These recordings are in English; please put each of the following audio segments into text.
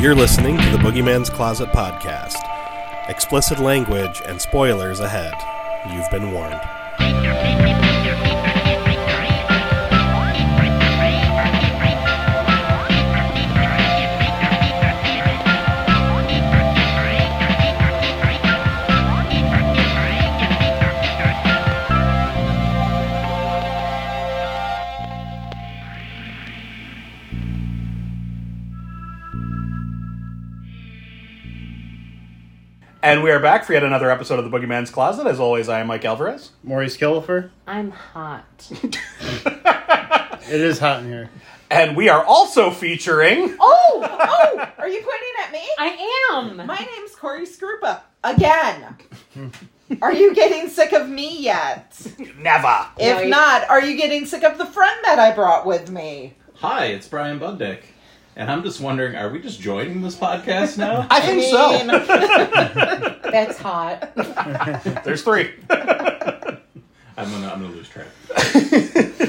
You're listening to the Boogeyman's Closet podcast. Explicit language and spoilers ahead. You've been warned. And we are back for yet another episode of the Boogeyman's Closet. As always, I am Mike Alvarez. Maurice Killifer. I'm hot. It is hot in here. And we are also featuring. Oh, oh, are you pointing at me? I am. My name's Corey Skrupa. Again. Are you getting sick of me yet? Never. If Right. not, are you getting sick of the friend that I brought with me? Hi, it's Brian Budnick. And I'm just wondering, are we just joining this podcast now? I think so. That's hot. There's three. I'm gonna, I'm gonna lose track.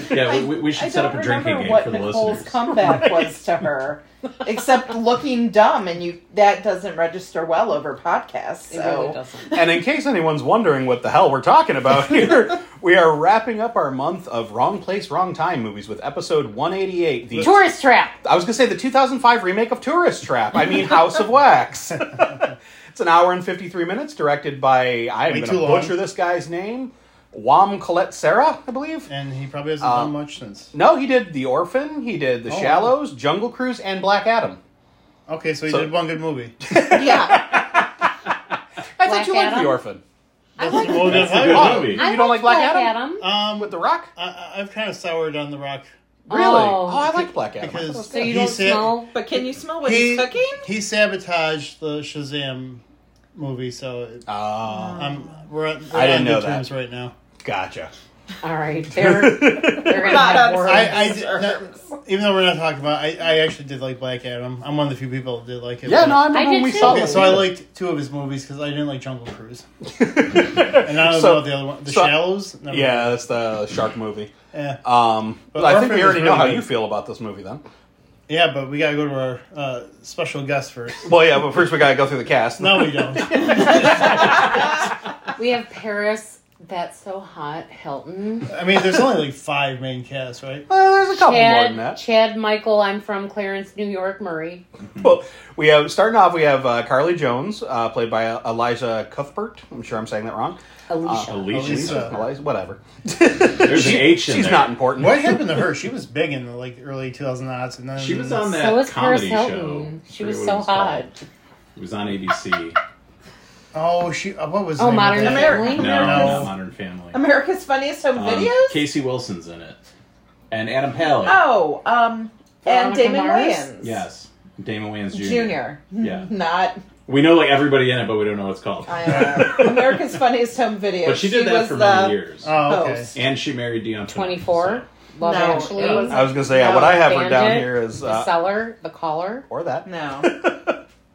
yeah, we, we, we should I set don't up a remember drinking game what for the Nicole's listeners. comeback was to her, except looking dumb, and you—that doesn't register well over podcasts. It So really doesn't. and in case anyone's wondering what the hell we're talking about here, we are wrapping up our month of Wrong Place, Wrong Time movies with episode 188. The Tourist trap. I was going to say the 2005 remake of Tourist Trap. I mean, House of Wax. it's an hour and 53 minutes, directed by, I'm Way going too to long. butcher this guy's name, Wam Colette Sarah, I believe. And he probably hasn't Um, done much since. No, he did The Orphan, he did The Oh. Shallows, Jungle Cruise, and Black Adam. Okay, so he so- did one good movie. yeah, I Black thought you liked The Adam? Orphan. I like Well, That's I- a good movie. I You don't like Black Adam? Adam? Um, With The Rock? I- I, I've kind of soured on The Rock Really? Oh. Oh, I liked Black Adam. because so you he don't sa- smell. but can you smell what He, he's cooking? he sabotaged the Shazam movie, so it, Oh, um, we're, on- we're I didn't on know good that. terms right now. gotcha. All right, they're they're gonna Not have on- words. I, I did- not- even though we're not talking about, it, I, I actually did like Black Adam. I'm one of the few people that did like it. Yeah, no, I I'm. remember I when did we too. saw Okay, this. so I liked two of his movies because I didn't like Jungle Cruise, and I don't So- know about the other one, The so- Shallows. Never Yeah, that's the shark movie. Yeah. Um, But I think we Orphan was already know really how good. you feel about this movie then. Yeah, but we gotta go to our uh, special guest first. Well, yeah, but first we gotta go through the cast. No, we don't. we have Paris. That's so hot. Hilton. I mean, there's only like five main casts, right? Well, Uh, there's a couple Oh, more than Chad, that. Chad Michael. I'm from Clarence, New York. Murray. Well, we have starting off. We have uh, Carly Jones, uh, played by Eliza Cuthbert. I'm sure I'm saying that wrong. Alicia. Alicia. Alicia. Eliza, whatever. There's an H in She's there. not important. What happened to her? She was big in the like early 2000s, and then She was on that So was Paris comedy show. Hilton. She I forget was what it so called. hot. It was on ABC. Oh, she. Uh, what was? the Oh, name of Modern that? Family. No, not No. Modern Family. America's Funniest Home Um, Videos. Casey Wilson's in it, and Adam Pally. oh, um, and Veronica Damon Mars? Wayans. Yes, Damon Wayans Jr. Junior. Yeah, Not we know like everybody in it, but we don't know what it's called. I don't know. America's Funniest Home Video. But she did that was for the many years. Oh, okay. host. And she married Dion. 24. Love No, Actually. it was- I was gonna say uh, what I have her down Bandit, here is the uh, seller. The caller. or that. No.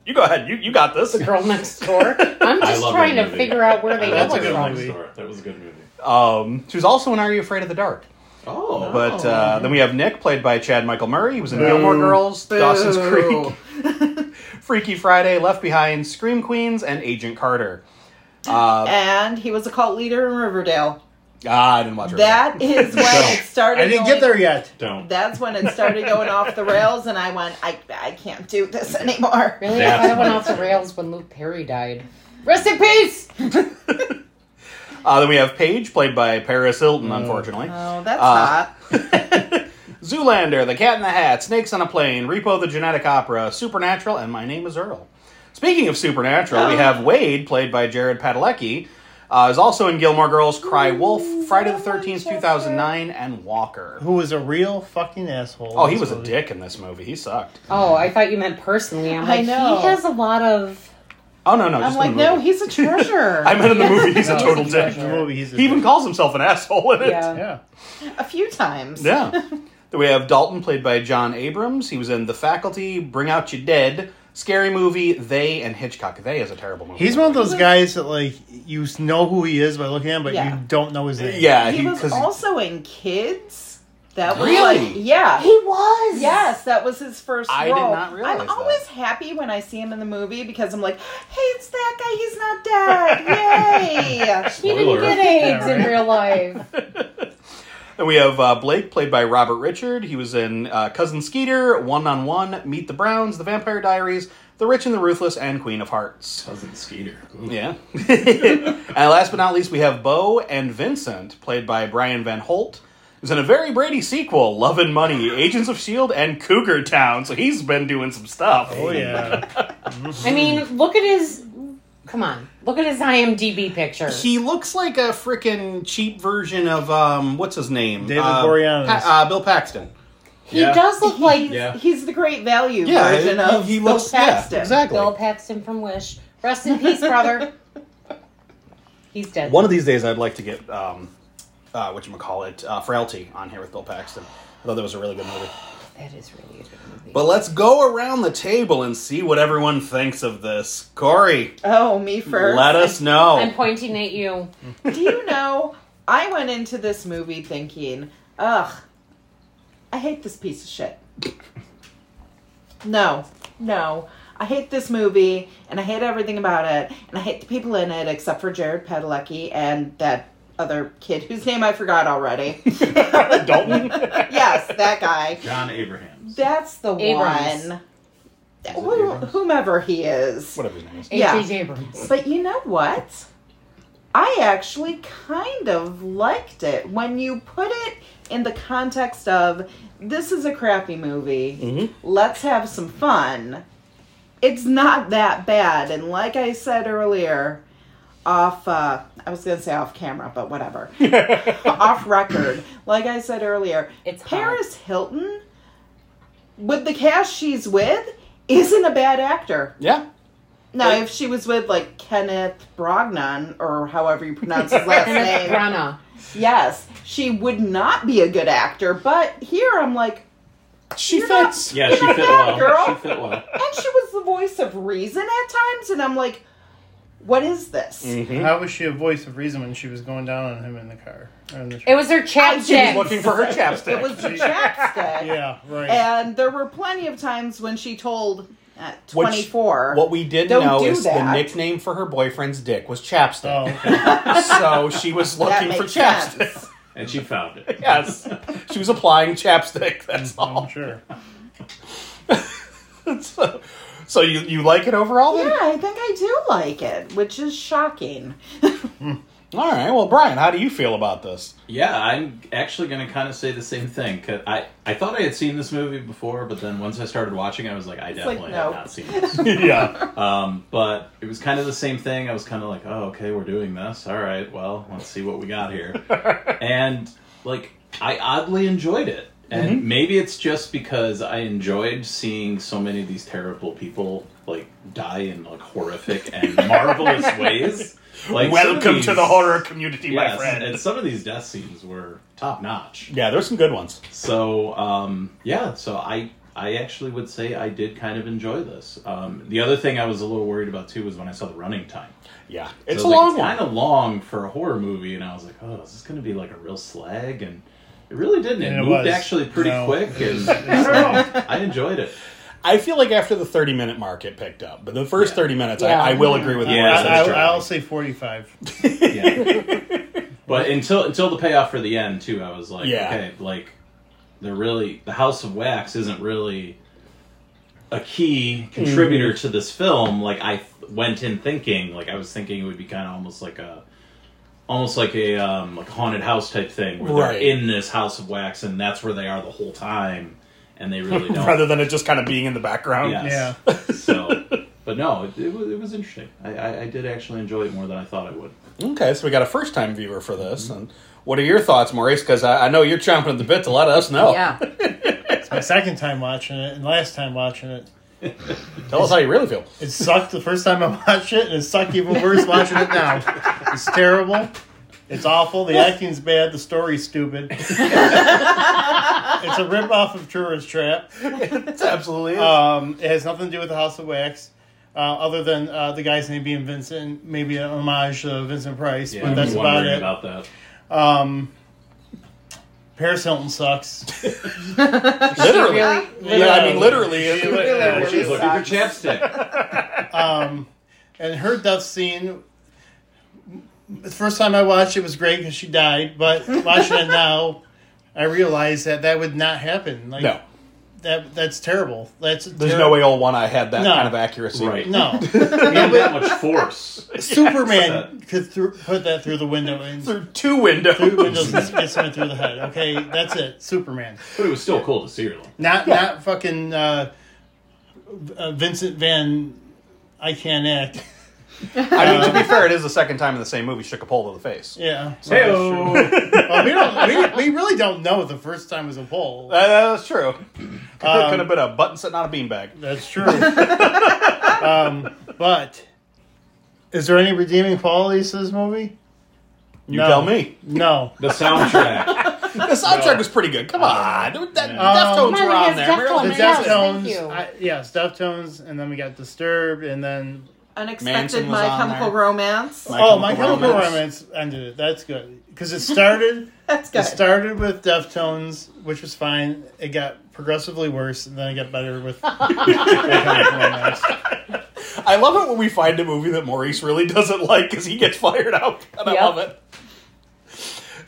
You go ahead. You you got this. The girl next door. I'm I just love trying that to movie. figure out where they That's know a it good from. one. movie. That was a good movie. Um, she was also in Are You Afraid of the Dark? Oh, But uh, then we have Nick, played by Chad Michael Murray. He was in Gilmore Girls, Dawson's Creek, Freaky Friday, Left Behind, Scream Queens, and Agent Carter. Um, Uh, And he was a cult leader in Riverdale. ah, I didn't watch her. That is when it started. I didn't going- get there yet. don't. That's when it started going off the rails, and I went, I, I can't do this anymore. Really? That's I went amazing. off the rails when Luke Perry died. Rest in peace! Uh, then we have Paige, played by Paris Hilton, unfortunately. Oh, that's Uh, hot. Zoolander, The Cat in the Hat, Snakes on a Plane, Repo the Genetic Opera, Supernatural, and My Name is Earl. Speaking of Supernatural, we have Wade, played by Jared Padalecki, uh, is also in Gilmore Girls, Cry Wolf, Friday the 13th, 2009, and Walker. Who was a real fucking asshole? Oh, in he this was a movie. dick in this movie. He sucked. Oh, I thought you meant personally. I'm I like, know. he has a lot of. Oh, no, no. I'm Just like, in the movie. no, he's a treasure. I meant in the movie, he's a No, total he's dick. In the movie, he's a He even dick. calls himself an asshole in it. Yeah. Yeah. a few times. Yeah. Then we have Dalton, played by John Abrams. He was in The Faculty, Bring Out You Dead, Scary Movie, They, and Hitchcock. They is a terrible movie. He's one of those guys that like you know who he is by looking at him, but Yeah. you don't know his name. Yeah, He was 'cause also in Kids. That was Really? like, yeah. He was. Yes, that was his first I did role. not realize I'm that. always happy when I see him in the movie because I'm like, hey, it's that guy. He's not dead. Yay! He didn't Spoiler. get AIDS in real life. And we have uh, Blake, played by Robert Richard. He was in uh, Cousin Skeeter, One on One, Meet the Browns, The Vampire Diaries, The Rich and the Ruthless, and Queen of Hearts. Cousin Skeeter. Ooh. Yeah. and last but not least, we have Bo and Vincent, played by Brian Van Holt. Who's in a very Brady sequel, Love and Money, Agents of S.H.I.E.L.D., E and Cougar Town. So he's been doing some stuff. Oh yeah. I mean, look at his. Come on, look at his IMDb picture. He looks like a freaking cheap version of, um, what's his name? David uh, Boreanaz. Pa- uh, Bill Paxton. He Yeah. does look like Yeah. He's the great value Yeah, version he- of he Bill looks- yeah, Paxton. exactly. Bill Paxton from Wish. Rest in peace, brother. He's dead. One of these days, I'd like to get um, uh, what you call it, uh, Frailty, on here with Bill Paxton. I thought that was a really good movie. that is really a good movie. But let's go around the table and see what everyone thinks of this. Corey, Oh, me first. let us know. I'm pointing at you. Do you know? I went into this movie thinking, ugh, I hate this piece of shit. No, no. I hate this movie, and I hate everything about it, and I hate the people in it except for Jared Padalecki and that other kid whose name I forgot already. Dalton. yes, that guy. John Abrahams. That's the Abrams. one. it Who- Abrams? whomever he is. Whatever his name is. Yeah. H.J. Abrams. But you know what? I actually kind of liked it when you put it in the context of this is a crappy movie. Let's have some fun. It's not that bad, and like I said earlier, off uh, I was gonna say off camera, but whatever. off record, like I said earlier, It's hot. Paris Hilton with the cast she's with isn't a bad actor. Yeah. Now, Like- if she was with like Kenneth Brognan or however you pronounce his last Kenneth name, Branagh. yes, she would not be a good actor. But here, I'm like, She You're not- fits. Yeah, she fit well. girl. She fit well. and she was the voice of reason at times, and I'm like, what is this? Mm-hmm. How was she a voice of reason when she was going down on him in the car? Or in the It was her chapstick. Looking for her chapstick. It was the chapstick, yeah, right. and there were plenty of times when she told at Which- 24. what we did Don't know do is the that. nickname for her boyfriend's dick was Chapstick. oh, okay. So she was that looking for makes chapstick. sense. And she found it. Yes. She was applying chapstick, that's all. I'm Mm-hmm. sure. so, so you, you like it overall then? Yeah, I think I do like it, which is shocking. All right. Well, Brian, how do you feel about this? Yeah, I'm actually going to kind of say the same thing. 'cause I, I thought I had seen this movie before, but then once I started watching, I was like, I like, definitely no. have not seen this. yeah. Um, but it was kind of the same thing. I was kind of like, oh, okay, we're doing this. All right, well, let's see what we got here. and, like, I oddly enjoyed it. And Mm-hmm. maybe it's just because I enjoyed seeing so many of these terrible people, like, die in, like, horrific and marvelous ways. Like, some of Welcome to these- the horror community, my Yes, friend. and some of these death scenes were top notch. yeah, there's some good ones. So um, yeah, so I I actually would say I did kind of enjoy this. Um, the other thing I was a little worried about too was when I saw the running time. Yeah, So it's I was a like, long it's one. kind of long for a horror movie, and I was like, oh, is this going to be like a real slag? And it really didn't. It, And it moved was. actually pretty No. quick, and I don't know. I enjoyed it. I feel like after the 30 minute mark, it picked up. But the first Yeah. 30 minutes, Yeah. I, I will agree with Yeah. Morris. that's I, true. I, will say 45. Yeah. but until until the payoff for the end too, I was like, Yeah. okay, like they're really the House of Wax isn't really a key contributor Mm-hmm. to this film. Like I th- went in thinking, like I was thinking it would be kind of almost like a almost like a um, like haunted house type thing where Right. they're in this House of Wax and that's where they are the whole time, and they really don't. Rather than it just kind of being in the background. Yes. so. But no, it, it, was, it was interesting. I, I, I did actually enjoy it more than I thought I would. Okay, so we got a first time viewer for this. And what are your thoughts, Maurice? Because I, I know you're chomping at the bit to let us know. Yeah. It's my second time watching it and last time watching it. Tell us how you really feel. It sucked the first time I watched it, and it sucked even worse watching it now. It's terrible. It's awful. The acting's bad. The story's stupid. it's a ripoff of Tourist Trap. It's absolutely Um, it has nothing to do with the House of Wax, uh, other than uh, the guy's name being Vincent, maybe an homage to Vincent Price, Yeah, but I'm that's about wondering it. about that. Um, Paris Hilton sucks. Literally. really, yeah, I mean, literally. She- Really, Yeah, she's really looking for sucks. chapstick. um, and her death scene. The first time I watched it was great because she died, but watching it now, I realize that that would not happen. Like, No. that that's terrible. That's There's no way old one I had that No. kind of accuracy. Right. No, We have that much force. Superman could thro- put that through the window and through Through two windows. windows and get someone through the head. Okay, that's it. Superman, But it was still cool to see her. Like, not not fucking uh, uh, Vincent Van. I can't act. I mean, to be fair, it is the second time in the same movie she took a pole to the face. Yeah. So hey well, we don't. We, we really don't know if the first time was a pole. Uh, that's true. Could, could have been a button sitting on a beanbag. That's true. um, but is there any redeeming qualities to this movie? You No. tell me. No. The soundtrack. The soundtrack was pretty good. Come on. That, Deftones Um, were Mine on has there. Marilyn Deftones. The Yes, Manson. thank Deftones, you. I, yes, Deftones, and then we got Disturbed, and then Unexpected Manson was My on Chemical there. Romance. My- oh, My Chemical Chemical Romance. Romance ended it. That's good because it started. That's it good. started with Deftones, which was fine. It got progressively worse, and then it got better with. My Chemical Romance. I love it when we find a movie that Maurice really doesn't like because he gets fired up, and Yep. I love it.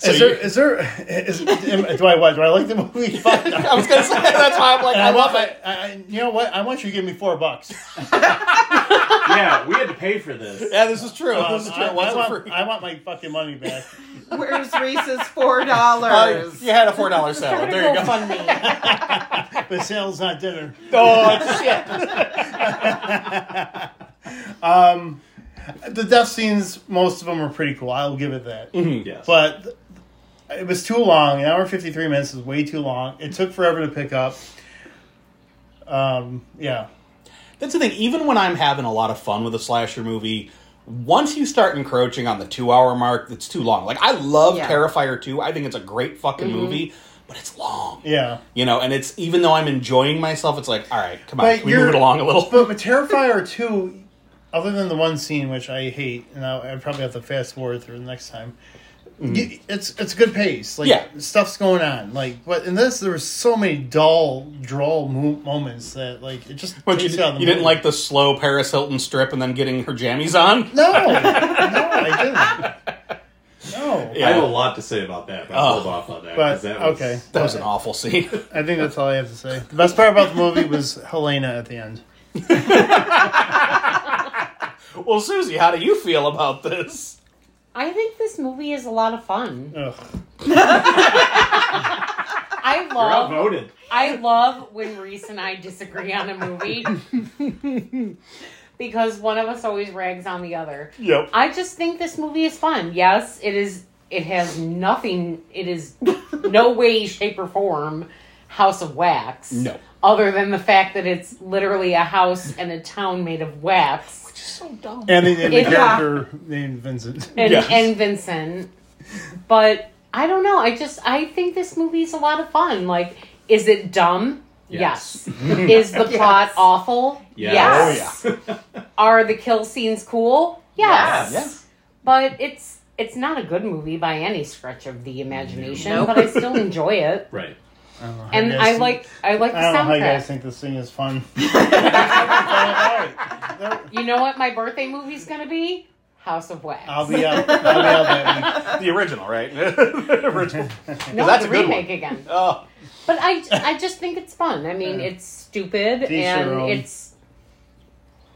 So Is you- there is there is am- do I what do I like the movie? Fuck no. I was gonna say that's why I'm like And I love want- it. I, I, you know what? I want you to give me four bucks. yeah, we had to pay for this. Yeah, this is true. Um, this is true. I, It I wasn't want, free. I want my fucking money back. Where's Reese's $4? Uh, you had a four dollar salad. Start a There you go. GoFundMe. but sales not dinner. Oh shit! The death scenes, most of them were pretty cool. I'll give it that. Hmm. Yes. But th- it was too long. An hour and fifty three minutes is way too long. It took forever to pick up. Um. Yeah. That's the thing. Even when I'm having a lot of fun with a slasher movie, once you start encroaching on the two hour mark, it's too long. Like I love Yeah. Terrifier two. I think it's a great fucking movie, but it's long. Yeah. You know, and it's even though I'm enjoying myself, it's like, all right, come on, But can we move you're- it along a little. But with Terrifier two, other than the one scene which I hate, and I, I probably have to fast forward through the next time. y- It's it's good pace. Like Mm. Yeah. stuff's going on. Like what in this there were so many dull, droll mo- moments that like it just But you, takes you out of the you didn't movie. like the slow Paris Hilton strip and then getting her jammies on? No, no, I didn't. No, I have a Yeah. lot to say about that, but Oh. I'll hold off on that. 'cause but that was, okay. That was an awful scene. I think that's all I have to say. The best part about the movie was Helena at the end. well, Susie, how do you feel about this? I think this movie is a lot of fun. Ugh. I You're love outvoted. I love when Reese and I disagree on a movie because one of us always rags on the other. Yep. I just think this movie is fun. Yes, it is. It has nothing. It is no way, shape, or form House of Wax. No. Other than the fact that it's literally a house and a town made of wax, And they named the Yeah. character named Vincent. and, Yes. and Vincent. But I don't know. I just I think this movie is a lot of fun. Like, is it dumb? Yes. Yes. Mm-hmm. is the plot awful? Yes. Oh, Are the kill scenes cool? Yes. Yeah. But it's it's not a good movie by any stretch of the imagination, but I still enjoy it. Right. I don't know how And you I guys- like I like the I don't know how you guys soundtrack. think this thing is fun. You know what my birthday movie's gonna be? House of Wax. I'll be out. I'll be out that week. The original, right? The original. no, that's the a good remake again. Oh, But I I just think it's fun. I mean, it's stupid Teach their and own. it's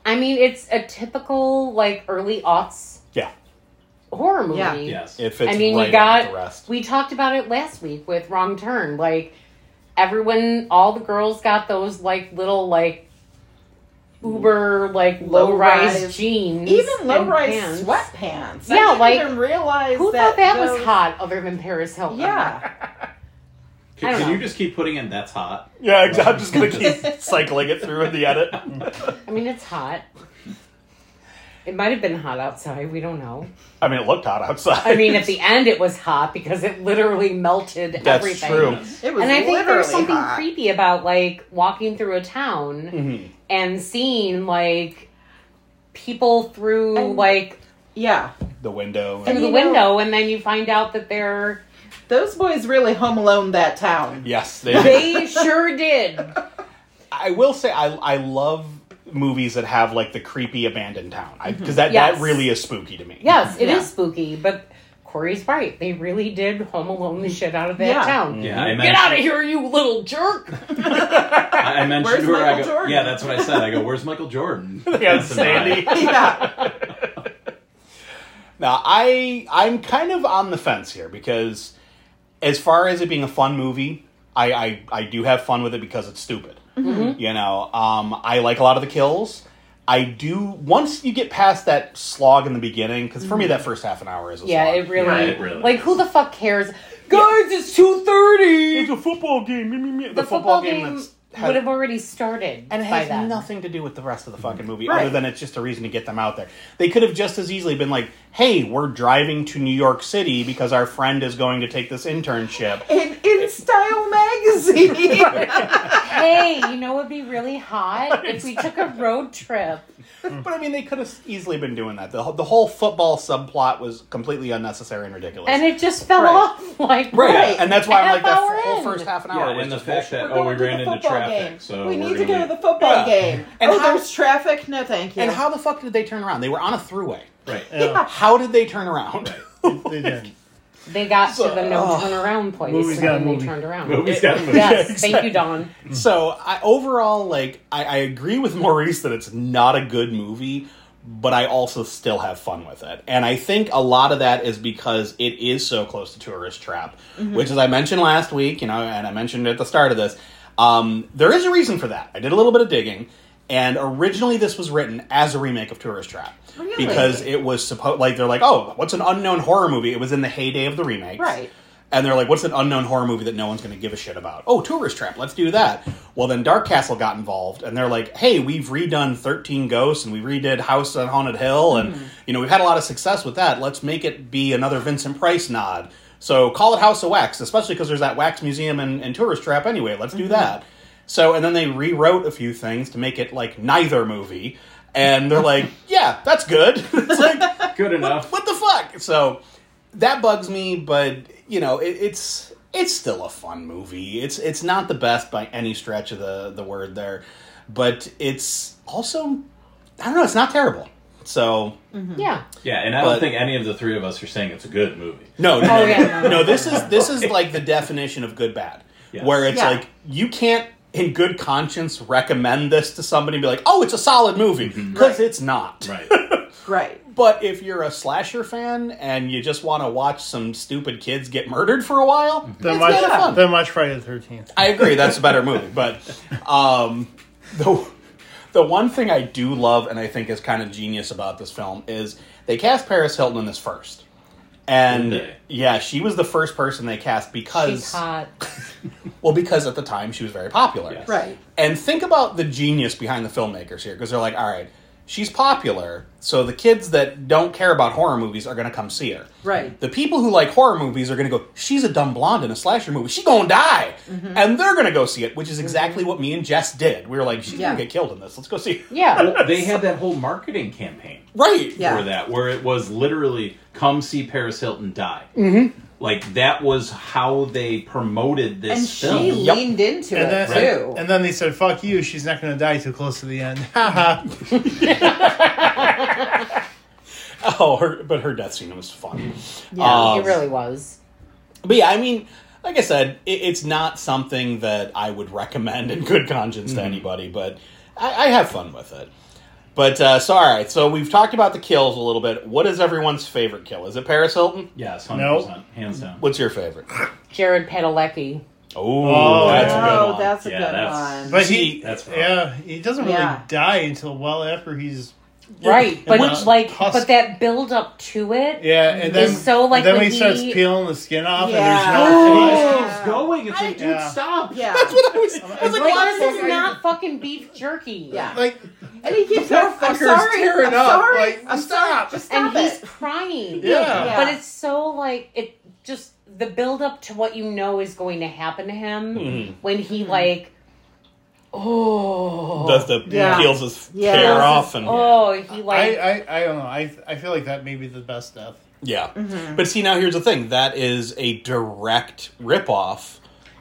I mean, it's a typical like early aughts yeah. horror movie. Yeah. Yes. It fits I right mean, you in with the got. rest. We talked about it last week with Wrong Turn. Like everyone, all the girls got those like little like uber like Low low, rise, rise. jeans, Even low and rise pants. sweatpants. I Yeah, didn't like, even realize Who that thought that was those- hot other than Paris Hilton? Yeah. Can, I don't can you know. just keep putting in that's hot? Yeah, ex- I'm just gonna keep cycling it through in the edit. I mean it's hot. It might have been hot outside. We don't know. I mean, it looked hot outside. I mean, at the end, it was hot because it literally melted that's everything. true. It was And I think literally there's something hot. Mm-hmm. creepy about like walking through a town and seeing like people through And- like Yeah. The window. through And the you know- window, and then you find out that they're Those boys really home alone that town. Yes, they. They sure did. I will say I I love movies that have like the creepy abandoned town because that Yes. that really is spooky to me. Yes, it is Yeah. spooky, but Corey's right. They really did home alone the shit out of that Yeah. town. Yeah, I Get mentioned, out of here, you little jerk! I I mentioned Where's to her. I Michael go, Jordan? yeah, that's what I said. I go, where's Michael Jordan? Yeah, That's an Sandy. Yeah. Now I I'm kind of on the fence here because as far as it being a fun movie, I I, I do have fun with it because it's stupid. Mm-hmm. You know, um, I like a lot of the kills. I do once you get past that slog in the beginning because for me that first half an hour is a Mm-hmm. Yeah, slog. it really, Yeah, it really like is. who the fuck cares? Guys, it's two thirty. it's a football game. meh, meh, meh. The football game that's- would have already started And it by has then. nothing to do with the rest of the fucking movie, Right. other than it's just a reason to get them out there. They could have just as easily been like, "Hey, we're driving to New York City because our friend is going to take this internship." In, in Style magazine. Hey, you know what'd be really hot if we took a road trip. But I mean, they could have easily been doing that. The, whole- the whole football subplot was completely unnecessary and ridiculous. And it just fell Right. off. Like right. Right. and that's why I'm like Half that hour whole in. first half an Yeah, hour. was and the just fact bullshit. that We're oh we going to ran the into football traffic, game. so we we're need to go gonna to the leave. football Yeah. game. And oh, how- there's traffic. No, thank you. and how the fuck did they turn around? They were on a throughway. right. Yeah. How did they turn around? They didn't. they got So- to the no oh. turn around place, Movie's and got a then they movie. turned around. Movies got movies. Yes, thank you, Don. So I overall like I, I agree with Maurice that it's not a good movie, but I also still have fun with it. And I think a lot of that is because it is so close to Tourist Trap, Mm-hmm. which as I mentioned last week, you know, and I mentioned at the start of this, um, there is a reason for that. I did a little bit of digging, and originally this was written as a remake of Tourist Trap. Really? Because it was supposed like they're like, Oh, what's an unknown horror movie? It was in the heyday of the remake Right. and they're like, "What's an unknown horror movie that no one's going to give a shit about?" Oh, Tourist Trap. Let's do that. Well, then Dark Castle got involved, and they're like, "Hey, we've redone Thirteen Ghosts, and we redid House on Haunted Hill, and you know we've had a lot of success with that. Let's make it be another Vincent Price nod. So call it House of Wax, especially because there's that wax museum and, and Tourist Trap anyway. Let's do that." So, and then they rewrote a few things to make it like neither movie, and they're like, "Yeah, that's good." it's like Good enough. what the fuck? So that bugs me, but you know, it, it's it's still a fun movie. It's it's not the best by any stretch of the the word there, but it's also I don't know, it's not terrible. So Yeah. Yeah, and I But- don't think any of the three of us are saying it's a good movie. no, no, Oh, no, yeah, no, no, no, this is this is like the definition of good bad, Yeah. where it's Yeah. like you can't in good conscience recommend this to somebody and be like, oh, it's a solid movie because it's not. Mm-hmm. Right. Right. But if you're a slasher fan and you just want to watch some stupid kids get murdered for a while, Then it's watch, kind of fun. then watch Friday the Thirteenth. I agree, that's a better movie. But um, the the one thing I do love and I think is kind of genius about this film is they cast Paris Hilton in this first, and Did they? yeah, she was the first person they cast She's because hot. well, because at the time she was very popular. Yes. Right. And think about the genius behind the filmmakers here, because they're like, all right, she's popular, so the kids that don't care about horror movies are going to come see her. Right. The people who like horror movies are going to go, she's a dumb blonde in a slasher movie. She going to die. Mm-hmm. And they're going to go see it, which is exactly what me and Jess did. We were like, she's going Yeah. to get killed in this. Let's go see it. Yeah. Well, they had that whole marketing campaign Right. Yeah. for that, where it was literally "Come see Paris Hilton die." Mm-hmm. Like that was how they promoted this And she film. Yep. leaned into And it then, too. and then they said, "Fuck you! She's not going to die too close to the end." Haha. Oh, her, but her death scene was fun. Yeah, Um, it really was. But yeah, I mean, like I said, it, it's not something that I would recommend in good conscience to anybody, but I, I have fun with it. But uh, so, all right, so we've talked about the kills a little bit. What is everyone's favorite kill? Is it Paris Hilton? Yes, hundred percent, hands down. What's your favorite? Jared Padalecki. Oh, that's yeah. a good oh, one. that's a Yeah, good that's- one. But he, That's rough. yeah, he doesn't really Yeah. die until well after he's Right. But Which- like Husk. but that build up to it. yeah, and then It's so, like, then when when he starts he- peeling the skin off, Yeah. and He there's no. just Oh. keeps going. It's like, dude, Yeah. stop. yeah. But I was, I was like, Like why this is is this not? not fucking beef jerky. yeah. Like and he keeps that I'm fucker's sorry, tearing I'm up, Sorry, like, I'm stop. sorry. Just And stop he's it. crying. Yeah. Yeah. But it's so like it just the build up to what you know is going to happen to him Mm-hmm. when Mm-hmm. he like oh Does the Yeah. peels his Yeah. hair Yeah. off and oh he like I, I, I don't know. I, I feel like that may be the best death. Yeah. Mm-hmm. But see, now here's the thing that is a direct ripoff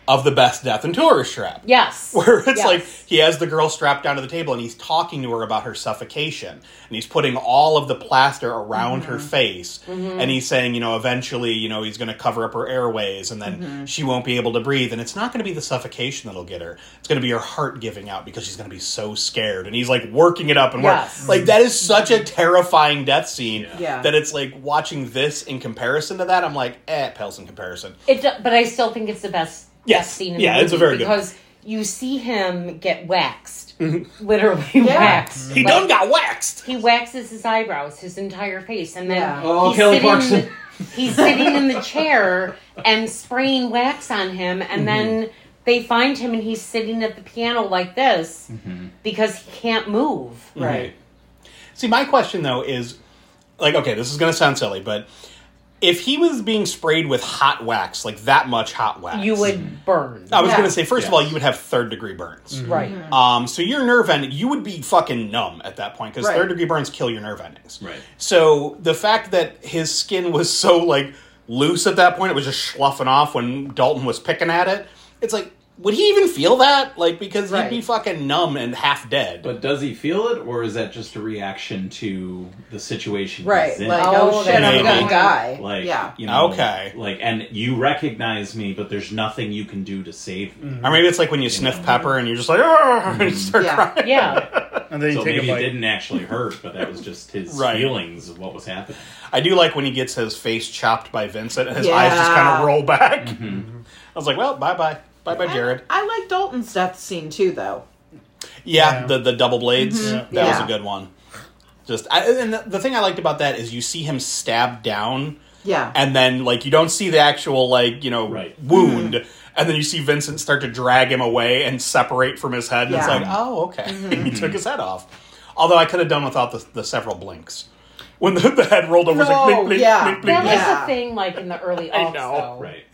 of the best death and tourist trap. Yes. Where it's Yes. like he has the girl strapped down to the table and he's talking to her about her suffocation. And he's putting all of the plaster around her face. And he's saying, you know, eventually, you know, he's going to cover up her airways and then she won't be able to breathe. And it's not going to be the suffocation that'll get her. It's going to be her heart giving out because she's going to be so scared. And he's like working it up and work. Yes. Like that is such a terrifying death scene Yeah. that it's like watching this in comparison to that. I'm like, eh, it pales in comparison. It, do- but I still think it's the best, Yes. best scene. In Yeah, the it's a movie very good- because you see him get waxed, literally waxed. Mm-hmm. He Like, done got waxed. He waxes his eyebrows, his entire face, and then Yeah. Oh, he's, Kelly sitting Clarkson. In the, he's sitting in the chair and spraying wax on him, and then they find him and he's sitting at the piano like this because he can't move. Right. See, my question though is, like, okay, this is gonna sound silly, but if he was being sprayed with hot wax, like that much hot wax, You would burn. I was Yeah. Mm-hmm. gonna say, first of Yes. all, you would have third degree burns. Right. Um, so your nerve end, you would be fucking numb at that point because Right. third degree burns kill your nerve endings. Right. So the fact that his skin was so like loose at that point, it was just sloughing off when Dalton was picking at it. It's like, would he even feel that? Like because he'd be Right. fucking numb and half dead. But does he feel it, or is that just a reaction to the situation? Right. He's in? Like, Oh, oh, shit, I'm maybe. gonna die. like yeah. you know, Okay. Like, and you recognize me, but there's nothing you can do to save Mm-hmm. me. or maybe it's like when you sniff pepper and you're just like, "Argh," and you start Yeah. crying. Yeah. And then So you take maybe a it bite. didn't actually hurt, but that was just his Right. feelings of what was happening. I do like when he gets his face chopped by Vincent and his Yeah. eyes just kind of roll back. I was like, well, bye bye. Bye bye, Jared. I like Dalton's death scene too, though. Yeah, Yeah. the the double blades. That was Mhm. a Mm-hmm. Yeah. good one. Just I, and the, the thing I liked about that is you see him stabbed down, Yeah. and then like you don't see the actual like you know Right. wound, Mm-hmm. and then you see Vincent start to drag him away and separate from his head, and it's Yeah. Mm-hmm. like oh okay, he took his head off. Although I could have done without the, the several blinks when the, the head rolled over. it was like, No, blink, blink, yeah. blink, blink, That blink. was Yeah. a thing like in the early I aughts, know. though. Right.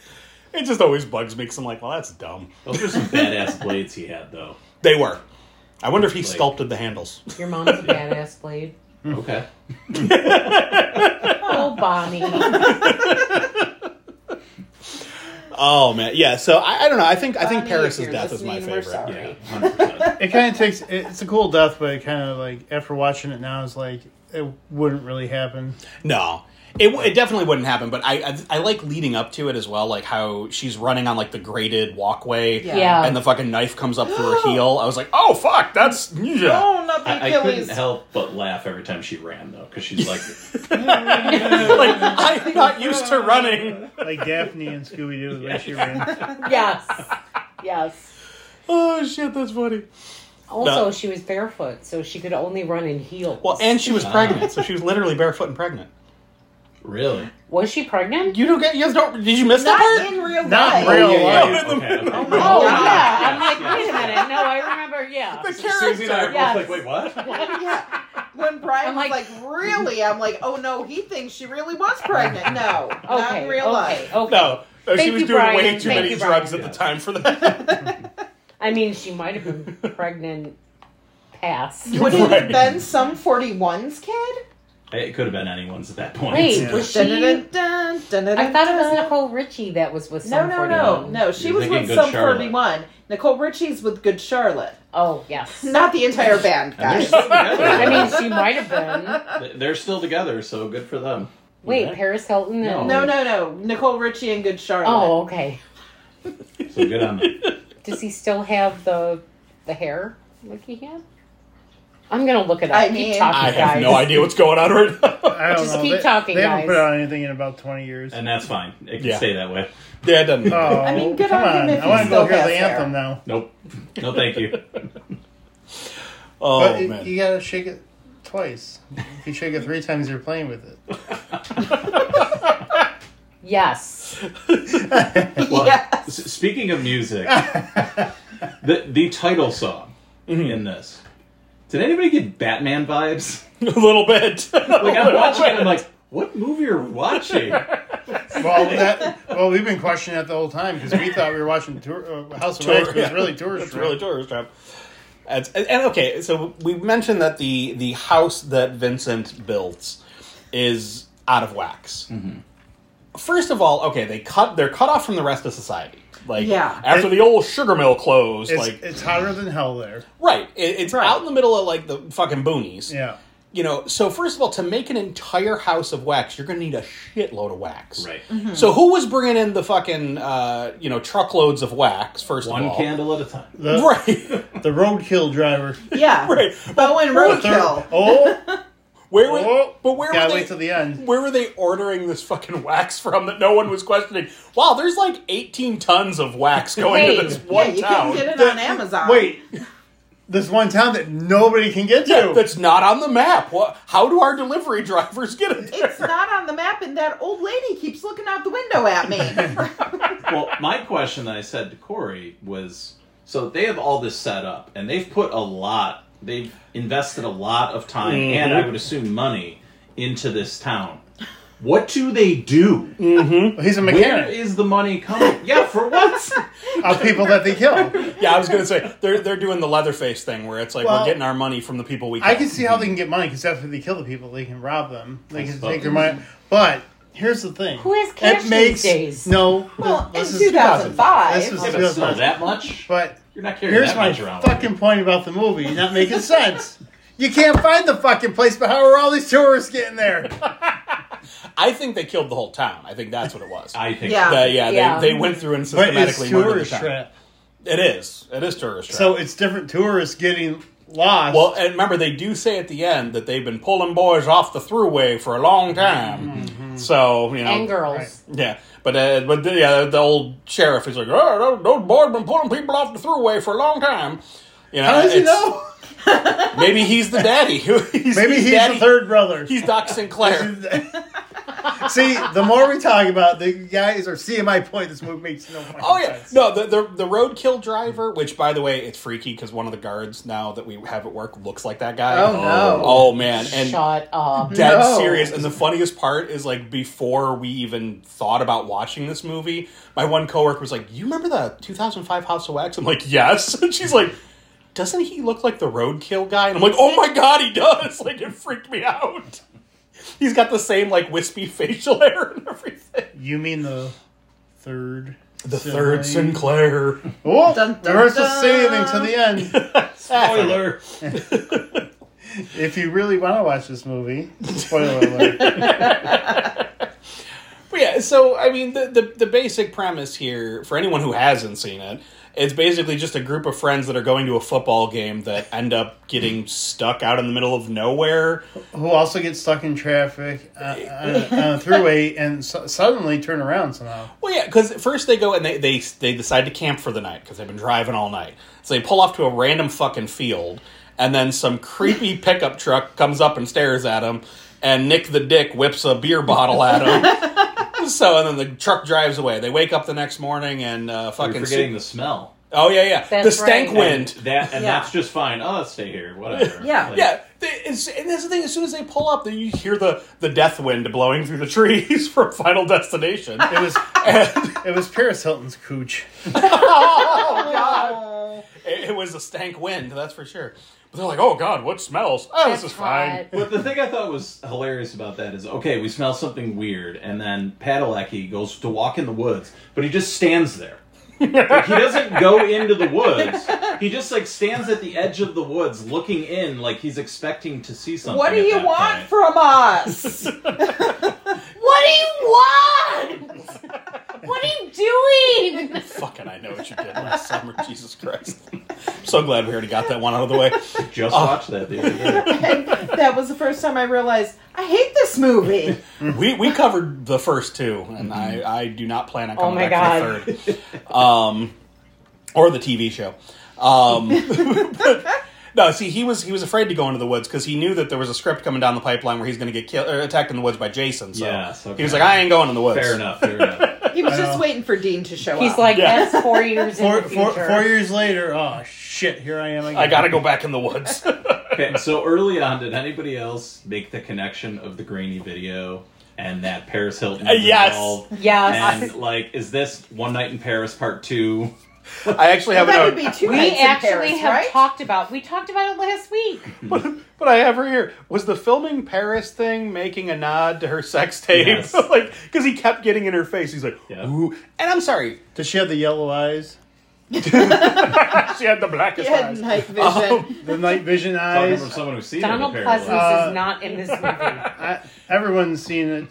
It just always bugs me because I'm like, well, that's dumb. Those were some badass blades he had, though. They were. I wonder if he Like- sculpted the handles. Your mom's a badass blade. Okay. Oh, Bonnie. Oh man, yeah. So I, I don't know. I think I think Bonnie, Paris's if you're death is my listening, we're favorite. sorry. Yeah. 100%. It kind of takes. It's a cool death, but it kind of like after watching it now, it's like it wouldn't really happen. No, it, w- it definitely wouldn't happen. But I, I I like leading up to it as well, like how she's running on like the graded walkway, Yeah. Yeah. and the fucking knife comes up through her heel. I was like, oh fuck, that's yeah. Oh, not the I, I couldn't Achilles. help but laugh every time she ran, though, because she's like, like I'm not used to running. Like Daphne and Scooby Doo, the way she ran. yes. Yes. Oh shit, that's funny. Also, No. she was barefoot, so she could only run in heels. Well, and she was pregnant, so she was literally barefoot and pregnant. really? was she pregnant? You don't get you guys don't. Did you miss that Not part? in real Not life. real. Okay, okay. Oh Yeah. yeah. I'm like, wait a minute. No, I remember. Yeah. Susie and I were Yes. both like, wait, what? Yeah. When Brian I'm was like- like, really? I'm like, oh no, he thinks she really was pregnant. No, not Okay. in real okay. life. Okay. No, No, she Thank was you, doing Brian. way too Thank many you, drugs at Brian. the time for that. I mean, she might have been pregnant. Past. Would it Right. have been some 41's kid? It could have been anyone's at that point. Wait, Yeah. was she? I Dun-dun-dun, dun-dun-dun. thought it was Nicole Richie that was with. No, Sum no, 41. no, no. She You're was thinking with Good some Charlotte. 41. Nicole Richie's with Good Charlotte. Oh yes. Not the entire band, They're guys. still together. I mean, she might have been. They're still together, so good for them. Wait, Okay. Paris Hilton. And... No, no, no. Nicole Richie and Good Charlotte. Oh, okay. So good on them. Does he still have the the hair like he had? I'm gonna look it up. I Keep mean- talking, I have guys. no idea what's going on right now. I don't Just know. keep they, talking, They haven't guys. put out anything in about twenty years. And that's fine. It can Yeah. stay that way. Yeah, it doesn't. oh, I mean, good come on him on! if I he want to still go hear has the hair. anthem now. Nope. No, thank you. Oh But it- man. you gotta shake it twice. If you shake it three times, you're playing with it. Yes. Well, Yes. s- speaking of music, the the title song in this. Did anybody get Batman vibes? A little bit. Like I'm watching it, I'm like, what movie are we watching? Well, that, well, we've been questioning that the whole time because we thought we were watching tour, uh, House of Wax, but it's yeah. really tourist. It's Trap. really tourist trap. That's- and, and okay, so we mentioned that the the house that Vincent built is out of wax. Mm-hmm. First of all, okay, they cut. They're cut off from the rest of society. Like Yeah. after the old sugar mill closed, It's, like it's hotter than hell there. right, it, it's out in the middle of like the fucking boonies. Yeah. You know, so first of all, to make an entire house of wax, you're going to need a shitload of wax. Right. Mm-hmm. So who was bringing in the fucking uh, you know truckloads of wax first of One all? candle at a time. The, Right. the roadkill driver. Yeah. Right. Bow and The third- roadkill. Oh, Where was, oh. but where Gotta were they? wait till the end. where were they ordering this fucking wax from that no one was questioning? Wow, there's like 18 tons of wax going Hey, to this Yeah, one you town. can get it The- on Amazon. Wait. There's one town that nobody can get to. Yeah, that's not on the map. What, how do our delivery drivers get it there? It's not on the map, and that old lady keeps looking out the window at me. well, my question that I said to Corey was so they have all this set up and they've put a lot, they've invested a lot of time and I would assume money into this town. What do they do? He's a Where mechanic is the money coming? Yeah, for what? of people that they kill. yeah, I was gonna say they're they're doing the Leatherface thing where it's like Well, we're getting our money from the people we. kill. I can see how they can get money because after they kill the people, they can rob them. They can suppose. take their money. But here's the thing: Who has cash these days? No, well, this in is 2005. This is Yeah, but still, that much? But You're not carrying here's that my much around. fucking point about the movie: You're not making sense. You can't find the fucking place, but how are all these tourists getting there? I think they killed the whole town. I think that's what it was. I think Yeah. Uh, yeah, Yeah. They, they went through and But it's systematically murdered the tourist town. trap, It is. It is tourist trap. so it's different tourists getting lost. Well, and remember, they do say at the end that they've been pulling boys off the throughway for a long Mm-hmm. time. So you know, and girls. yeah. But uh, but the, yeah, the old sheriff is like, oh, those, those boys been pulling people off the throughway for a long time. You know, how does he it's- know? Maybe he's the daddy. he's, Maybe he's daddy- the third brother. He's Doc Sinclair. See, the more we talk about the guys are seeing my point. This movie makes no fucking Oh yeah, sense. no the the, the roadkill driver, which by the way, it's freaky because one of the guards now that we have at work looks like that guy. Oh, no. Oh man, and Shut up. dead No. serious. And the funniest part is like before we even thought about watching this movie, my one coworker was like, "You remember the 2005 House of Wax?" I'm like, "Yes," and she's like. Doesn't he look like the roadkill guy? And I'm like, oh my god, he does! Like, it freaked me out. He's got the same, like, wispy facial hair and everything. You mean the third? The Sinclair? third Sinclair. Oh, Dun, dun, reverse the dun. sailing to the end. Spoiler. if you really want to watch this movie, spoiler alert. But yeah, so I mean, the, the the basic premise here for anyone who hasn't seen it, it's basically just a group of friends that are going to a football game that end up getting stuck out in the middle of nowhere. Who also gets stuck in traffic uh, on, a- on a throughway and su- suddenly turn around somehow. Well, yeah, because first they go and they, they they decide to camp for the night because they've been driving all night. So they pull off to a random fucking field, and then some creepy pickup truck comes up and stares at them, and Nick the Dick whips a beer bottle at him. so and then the truck drives away. They wake up the next morning and uh, You're fucking. forgetting the smell. Oh yeah, yeah. That's the stank right. wind. That and Yeah. that's just fine. Oh, let's stay here. Whatever. Yeah. Like, Yeah, they, it's, and that's the thing. As soon as they pull up, then you hear the the death wind blowing through the trees from Final Destination. It was it was Paris Hilton's cooch. Oh, it, it was a stank wind, that's for sure. But they're like, "Oh God, what smells? Oh, this That's is fine." hot. But the thing I thought was hilarious about that is okay, we smell something weird, and then Padalecki goes to walk in the woods, but he just stands there. Like, he doesn't go into the woods. He just like stands at the edge of the woods, looking in, like he's expecting to see something. what do at you that want point. from us? What do you want? what are you doing? Fucking, I know what you did last summer. Jesus Christ! I'm so glad we already got that one out of the way. Just watch that the other day. that was the first time I realized I hate this movie. We we covered the first two, and Mm-hmm. I I do not plan on Oh coming my back to the third, um, or the TV show. Um, but- no, see, he was he was afraid to go into the woods because he knew that there was a script coming down the pipeline where he's going to get killed, attacked in the woods by Jason. So Yes, okay. he was like, "I ain't going in the woods." Fair enough, fair enough. He was I just know. waiting for Dean to show up. He's like, Yeah. that's four years Four, in the four, future. four years later, oh shit, here I am again. I gotta go back in the woods. Okay, so early on, did anybody else make the connection of the grainy video and that Paris Hilton? Uh, Yes. involved? Yes. And like, is this One Night in Paris Part Two? I actually have that an. would be two We nights in actually Paris, have right? talked about. We talked about it last week. But I have her here. Was the filming Paris thing making a nod to her sex tape? Yes. like, because he kept getting in her face. He's like, Yeah. ooh. And I'm sorry, Does she have the yellow eyes? she had the blackest You had eyes. night vision. The night vision Talking eyes? from someone who's seen Donald it, Pleasence apparently. Uh, is not in this movie. I I, everyone's seen it.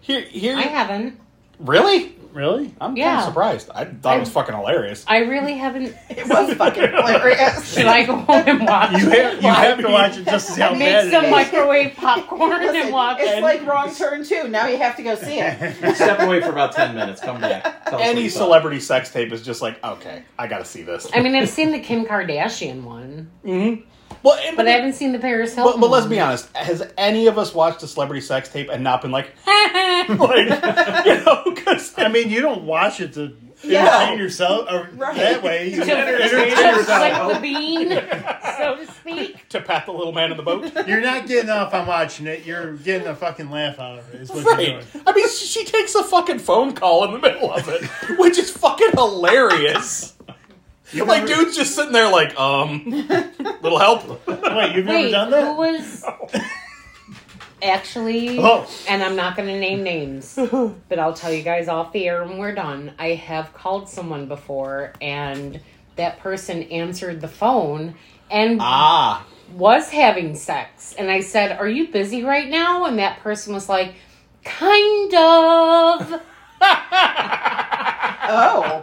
Here, here. haven't. really? Really? I'm kind Yeah. of surprised. I thought it was I- fucking hilarious. I really haven't. it was fucking hilarious. Should I go home and watch? You it? have, you have to watch it just to see how bad Make it some is. microwave popcorn Listen, and watch it's it. like wrong turn too. Now you have to go see it. Uh, Step away for about 10 minutes. Come back. Tell us what Any you thought. celebrity sex tape is just like, okay, I gotta see this. I mean, I've seen the Kim Kardashian one, well, and- but I haven't seen the Paris Hilton. but, but let's be honest. Has any of us watched a celebrity sex tape and not been like, honest. like, you know, because I mean, you don't watch it to Yeah. entertain yourself or Right. that way. You to entertain just yourself. like the bean, so to speak. to pat the little man in the boat. You're not getting off on watching it. You're getting a fucking laugh out of it. Is what you're Right. doing. I mean, she she takes a fucking phone call in the middle of it, which is fucking hilarious. like, dude's just sitting there, like, um, little help. Wait, you've never Wait, done who that? was actually? Oh. And I'm not going to name names, but I'll tell you guys off the air when we're done. I have called someone before, and that person answered the phone and Ah, was having sex. And I said, Are you busy right now? And that person was like, Kind of. Oh,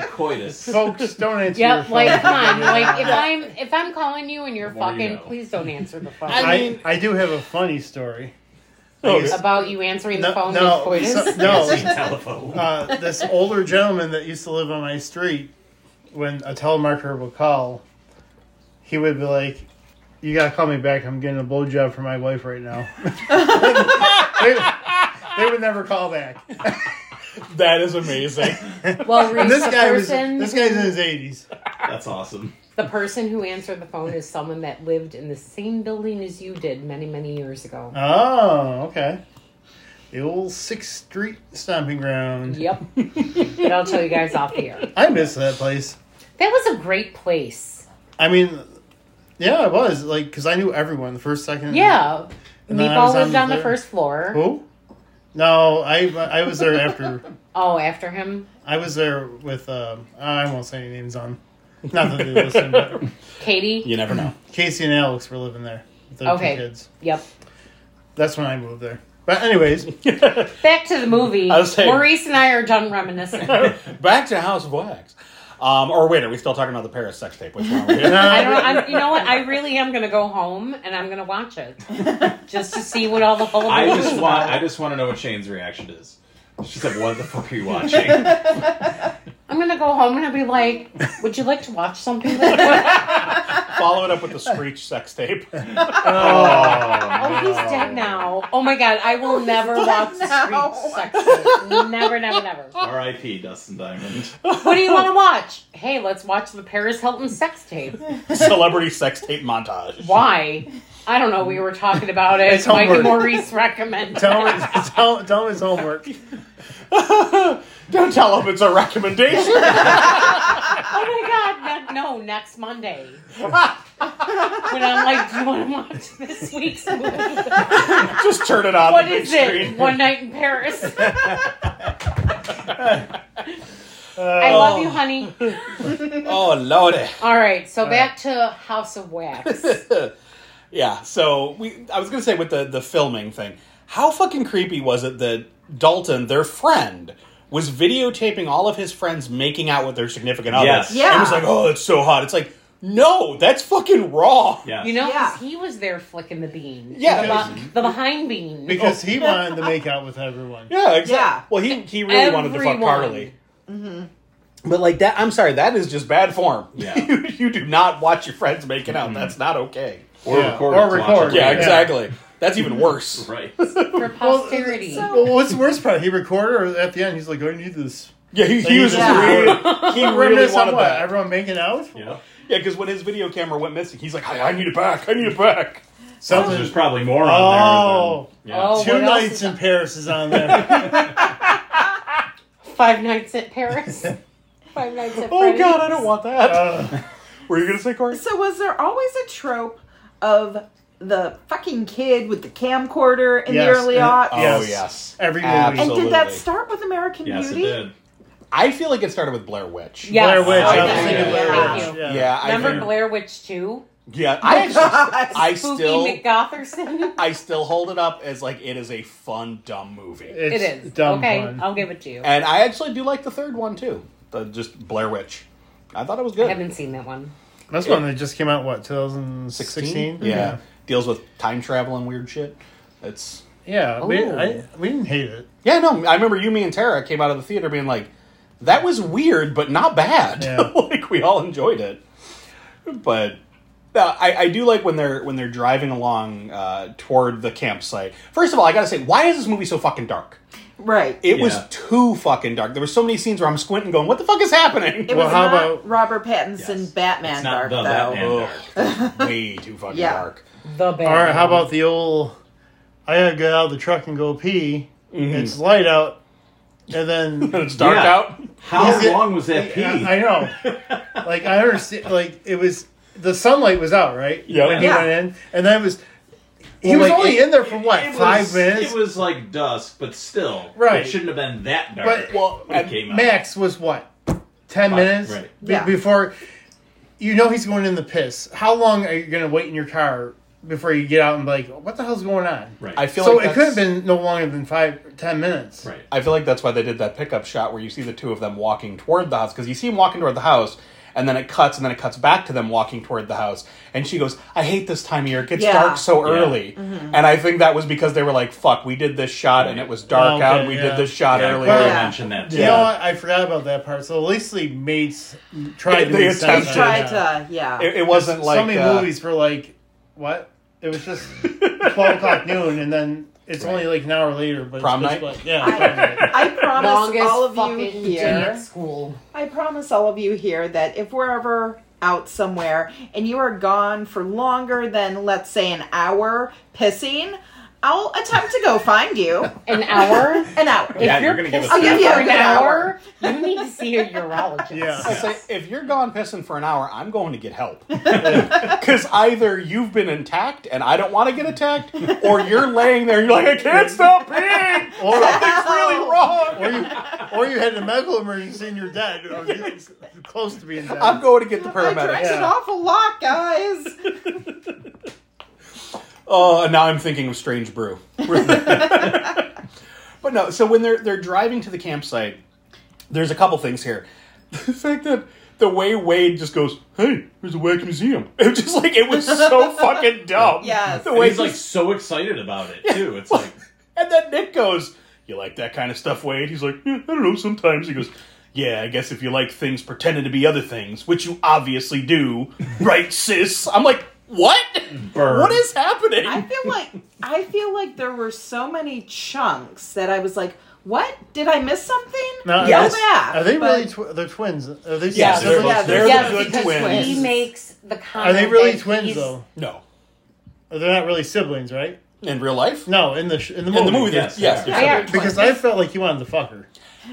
coitus. Folks, don't answer your Yep, phone. like come on, like if I'm if I'm calling you and you're The more you fucking, know. please don't answer the phone. I- I, mean- I do have a funny story. Oh, Yes. About you answering the No, phone with no, coitus. so- no. Telephone. Uh, this older gentleman that used to live on my street, when a telemarketer would call, he would be like, "You gotta call me back. I'm getting a blowjob from my wife right now." they, they would never call back. that is amazing. Well, Reese, And this the guy was person, this guy's in his eighties. That's awesome. the person who answered the phone is someone that lived in the same building as you did many, many years ago. Oh, okay. The old Sixth Street stomping ground. Yep, but I'll tell you guys off the air. I miss that place. That was a great place. I mean, yeah, it was like because I knew everyone the first, second. Yeah, Mm-hmm. And then I Meatball was on lived on the the- first floor. Who? No, I I was there after. Oh, after him, I was there with. Um, I won't say any names on. Not that they listen, but Katie. You never know. Casey and Alex were living there. With their Okay. two kids. Yep. That's when I moved there. But anyways, uh, Back to the movie. I was saying- Maurice and I are done reminiscing. Back to House of Wax. Um, or wait, are we still talking about the Paris sex tape? Which one are we in? I don't. I'm, you know what? I really am going to go home and I'm going to watch it just to see what all the whole. I movie just is want about. I just want to know what Shane's reaction is. She's like, what the fuck are you watching? I'm going to go home and I'll be like, "Would you like to watch something?" Like that? Follow it up with the Screech sex tape. oh, oh, he's dead now. Oh my god! I will never watch now? Street Sex. Tape. Never, never, never. R.I.P. Dustin Diamond. What do you want to watch? Hey, let's watch the Paris Hilton sex tape. Celebrity sex tape montage. Why? I don't know. We were talking about it. It's Mike and homework. Maurice recommend. tell him tell, tell him his homework. Don't tell him it's a recommendation. Oh my god, ne- no, next Monday. when I'm like, do you want to watch this week's movie? Just turn it on. What the big is it? screen. One Night in Paris. I love you, honey. Oh lordy. All right, so back to House of Wax. Yeah, so we I was gonna say with the the filming thing, how fucking creepy was it that Dalton, their friend, was videotaping all of his friends making out with their significant other? Yes. Yeah. And was like, Oh, that's so hot. It's like, no, that's fucking raw. Yeah. You know, 'cause Yeah. he was there flicking the bean. Yeah. The, be- the behind bean. Because Oh. he wanted to make out with everyone. Yeah, exactly. Yeah. Well he he really wanted to fuck Everyone. Carly. But like that I'm sorry, that is just bad form. Yeah. you, you do not watch your friends making out. That's not okay. Or Yeah, record. or it to watch record. it Mm-hmm. Yeah, Yeah. later. exactly. That's even worse. Right. for posterity. Well, what's the worst part? He recorded, or at the end, he's like, "I need this." Yeah, he, Like, he was Yeah. really, he really Reminisce on wanted what? that. Everyone making out. Yeah. Yeah, because when his video camera went missing, he's like, I, I need it back. I need it back. So there's Something. probably more on Oh. there. Than, yeah. Oh. Two What else nights is- in Paris is on there. Five Nights at Paris. Five Nights at Oh Freddy's. God, I don't want that. Were you gonna say Corey? So was there always a trope of the fucking kid with the camcorder in Yes. the early Uh, aughts? Oh yes, Every movie. And Absolutely. did that start with American Yes, it Beauty? did. I feel like it started with Blair Witch. Yes. Blair Witch. Oh, I was yeah. thinking Blair Yeah. Witch. Thank you. Yeah. Yeah, I Remember think- Blair Witch 2? Yeah, I actually, I Spooky still, McGotherson? I still hold it up as like it is a fun, dumb movie, It It's is. Dumb okay, fun. I'll give it to you. and I actually do like the third one too, the, just Blair Witch. I thought it was I good. haven't seen that one. That's one that just came out, what, 2016? Yeah. deals with time travel and weird shit. It's Yeah. We, Ooh. I, we didn't hate it. yeah, no, I remember you, me, and Tara came out of the theater being like, "That was weird, but not bad." Yeah. like we all enjoyed it, but. Uh, I, I do like when they're when they're driving along uh, toward the campsite. First of all, I gotta say, why is this movie so fucking dark? Right. It Yeah. was too fucking dark. There were so many scenes where I'm squinting, going, "What the fuck is happening?" It Well, was how not about- Robert Pattinson Yes. Batman It's not Dark though. the Batman. Ugh, it was way too fucking Yeah. dark. The bad. All right, how about the old? I gotta get out of the truck and go pee. Mm-hmm. It's light out, and then It's dark Yeah. out. How Is it- long was that pee? I know, like I understand, like it was the sunlight was out, right? Yeah. when he Yeah. went in, and then it was he Well, was like, only it- in there for what It five was- minutes. It was like dusk, but still, Right. It shouldn't have been that dark. But- Well, when it and came out. Max was what ten minutes right. be- Yeah. before you know he's going in the piss. How long are you gonna wait in your car before you get out and be like, what the hell's going on? Right. I feel So like it could have that's- been no longer than five ten minutes. right. I feel like that's why they did that pickup shot where you see the two of them walking toward the house because you see them walking toward the house. And then it cuts, and then it cuts back to them walking toward the house. And she goes, "I hate this time of year. It gets Yeah. Mm-hmm. dark so Yeah. early." And I think that was because they were like, "Fuck, we did this shot, and it was dark Okay, out. We yeah. did this shot Yeah, earlier." Corey Yeah. mentioned that. Too. You Yeah. know what? I forgot about that part. So at least they made s- tried to They make sense attempted. He of tried it. to yeah. It, it wasn't like so many uh, movies were like what? It was just twelve o'clock noon, and then it's only like an hour later. But it's Prom just night? like- yeah. prom night. I, I promise Longest all of you fucking here. day at school. I promise all of you here that if we're ever out somewhere and you are gone for longer than, let's say, an hour pissing, I'll attempt to go find you. An hour? An hour. If Yeah, you're, you're gonna give us pissing that. I'll give you for a an good hour, you need to see a urologist. Yeah. I say, if you're gone pissing for an hour, I'm going to get help. Because either you've been attacked and I don't want to get attacked, or you're laying there and you're like, I can't stop peeing. Or, It's really wrong. or you, or you had a medical emergency and you're dead, or you're close to being dead. I'm going to get the I drank paramedics. an Yeah. awful lot, guys. Oh, and now I'm thinking of Strange Brew. but no, so when they're they're driving to the campsite, there's a couple things here. The fact that the way Wade just goes, "Hey, there's a whack museum," it was just like it was so fucking dumb. Yes. the And way he's like so excited about it too. It's like And then Nick goes, You like that kind of stuff, Wade? He's like, yeah, I don't know, sometimes. He goes, Yeah, I guess if you like things pretending to be other things, which you obviously do, right, sis? I'm like, What? burn. What is happening? I feel like I feel like there were so many chunks that I was like, "What did I miss something?" Now, are Yes. Go they- back. Are they But- really? Tw- they're twins. Are they? Yes, they're, they're both- they're yes, the good because twins. he makes the comment. Are they really that twins he's- though? no. They're not really siblings, right? In real life? No, in the sh- in the movie. In the movie, yes, yes. yes they They are twins. Because I felt like he wanted to fuck her.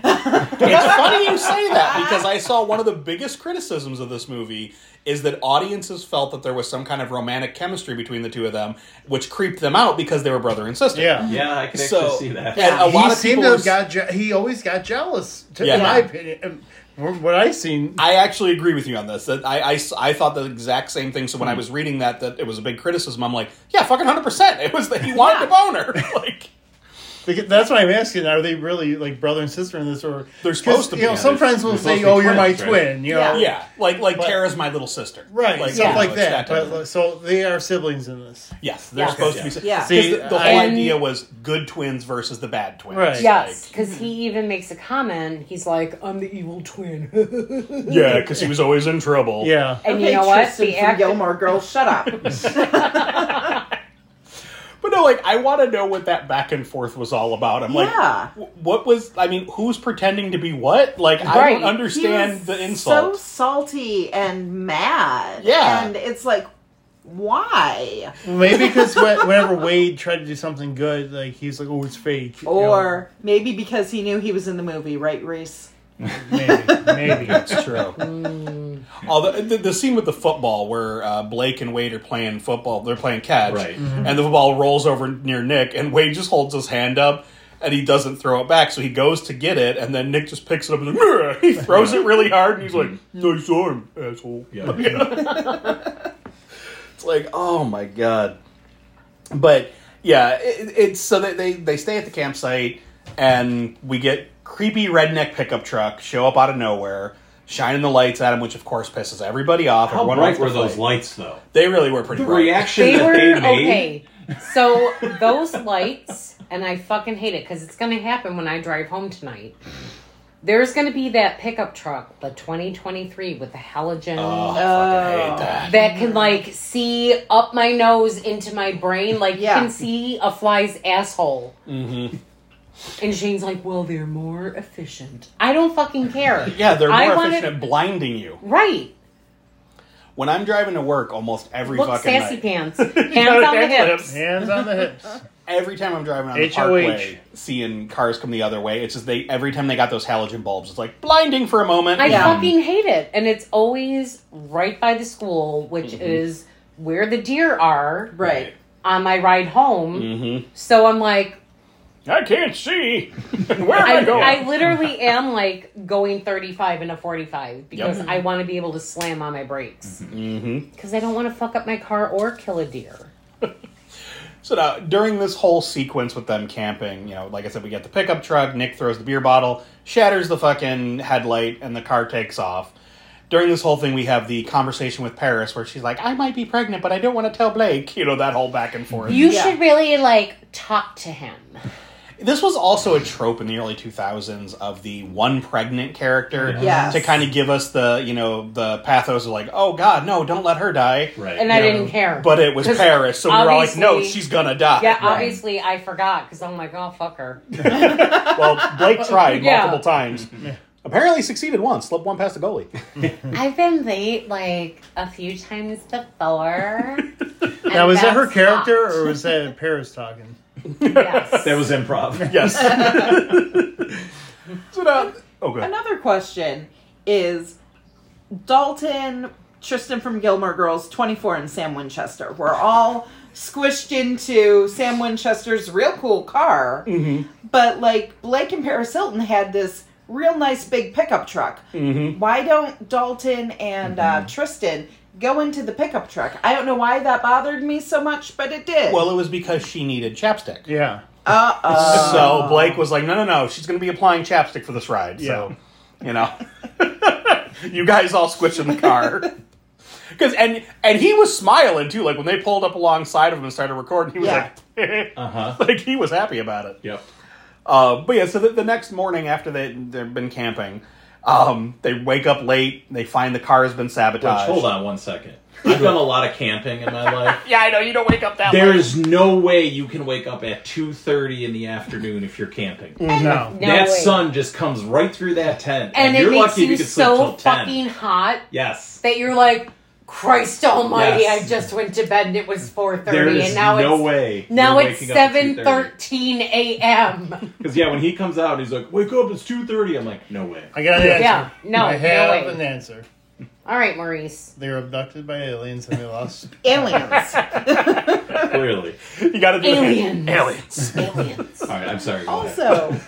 it's funny you say that because I saw one of the biggest criticisms of this movie is that audiences felt that there was some kind of romantic chemistry between the two of them, which creeped them out because they were brother and sister. Yeah. Yeah, I can actually So, see that. and a lot he of seemed people to were have got je- he always got jealous to, Yeah. in my opinion and from what i've seen I actually agree with you on this. That I, I s- I thought the exact same thing. So when I Hmm. was reading that, that it was a big criticism. I'm like, yeah, fucking hundred percent. It was that he wanted a boner. Like, beca- that's why i'm asking are they really like brother and sister in this or They're supposed 'cause, to be. you know Yeah, some they're- friends will they're say supposed to be oh you're my twins, right? twin you know yeah, like like But- Tara's my little sister. right like stuff you know, like it's type that but of- like, so they are siblings in this yes, they're Yes. supposed Yeah. to be. Yeah. 'cause See, the, the whole I- idea was good twins versus the bad twins. Right. Yes, because hmm. he even makes a comment. He's like, "I'm the evil twin," Like, yeah, because he was always in trouble. yeah and Okay, you know what? Tristan The from act- Gilmore Girls, shut up. But no, like I want to know what that back and forth was all about. I'm Yeah. like, w- what was? I mean, who's pretending to be what? Like, I Right. don't understand He was the insult. So salty and mad. Yeah. and it's like, why? maybe because whenever wade tried to do something good like he's like oh it's fake you know? Or maybe because he knew he was in the movie, right, Reese? Maybe, maybe. It's true. Although the, the scene with the football where uh, Blake and Wade are playing football, they're playing catch, Right. and the football rolls over near Nick, and Wade just holds his hand up. And he doesn't throw it back, so he goes to get it, and then Nick just picks it up and like, "Grr!" he throws it really hard, and he's like, "Nice arm, asshole." Mm-hmm. Yeah. It's like, oh my god. But yeah, it, it's so that they they stay at the campsite, and we get creepy redneck pickup truck show up out of nowhere, shining the lights at him, which of course pisses everybody off. How Everyone wants bright to were those fight. lights, though? They really were pretty The bright. reaction They that were they made. okay. So those lights, and I fucking hate it because it's going to happen when I drive home tonight. There's going to be that pickup truck, the 2023 with the halogen. Oh, I fucking hate that. that can like see up my nose into my brain, like Yeah. you can see a fly's asshole. Mm-hmm. And Shane's like, "Well, they're more efficient." I don't fucking care. Yeah, they're more I efficient wanted- at blinding you. Right. When I'm driving to work, almost every Look, fucking sassy night, pants, hands on the hips. Hands on the hips. every time I'm driving on the HOH. parkway, seeing cars come the other way, it's just they every time they got those halogen bulbs, it's like blinding for a moment. I Yeah. fucking hate it, and it's always right by the school, which Mm-hmm. is where the deer are. Right. On my ride home, Mm-hmm. so I'm like, I can't see. Where am I, I, going? I literally am like going 35 into 45 because I want to be able to slam on my brakes mm-hmm. because I don't want to fuck up my car or kill a deer. So now, during this whole sequence with them camping, you know, like I said, we get the pickup truck. Nick throws the beer bottle, shatters the fucking headlight, and the car takes off. During this whole thing, we have the conversation with Paris, where she's like, "I might be pregnant, but I don't want to tell Blake." You know that whole back and forth. You Yeah. should really like talk to him. this was also a trope in the early 2000s of the one pregnant character Yes. to kind of give us the you know the pathos of like oh god no don't let her die Right. And I didn't care. but it was 'Cause paris so we we're all like no obviously- she's gonna die Yeah, obviously I forgot because I'm like, oh, fuck her. well blake tried Yeah. multiple times apparently succeeded once slipped one past the goalie I've been late like a few times before. Now, was that her character or was that Paris talking? Yes. That was improv. yes so now, oh good Another question is Dalton, Tristan from Gilmore Girls, 24, and Sam Winchester. We're all squished into Sam Winchester's real cool car. But like Blake and Paris Hilton had this real nice big pickup truck. Why don't Dalton and uh, Tristan go into the pickup truck? I don't know why that bothered me so much, but it did. well it was because she needed chapstick Yeah. uh oh. so blake was like no no no she's gonna be applying chapstick for this ride so Yeah. you know you guys all squish in the car because and and he was smiling too like when they pulled up alongside of him and started recording he was Yeah. like Uh huh. like he was happy about it Yep. uh, but yeah so the, the next morning after they they've been camping um, they wake up late they find the car has been Which, sabotaged hold on one second. I've done a lot of camping in my life. yeah i know you don't wake up that There late is no way you can wake up at two thirty in the afternoon if you're camping. No. Mm. No that way. sun just comes right through that tent, And it you're makes lucky if you you can sleep so till ten. fucking hot yes. that you're like, Christ Almighty! Yes. I just went to bed and it was four There thirty, is and now no it's way. now you're it's waking up at seven 2:30. thirteen a.m. Because yeah, when he comes out, he's like, "Wake up! It's 2.30. I'm like, "No way." I got an answer. Yeah, no, I no have way. an answer. All right, Maurice. They were abducted by aliens and they lost. Aliens. Clearly. you gotta do Aliens. aliens Aliens. All right. I'm sorry. Go ahead. also,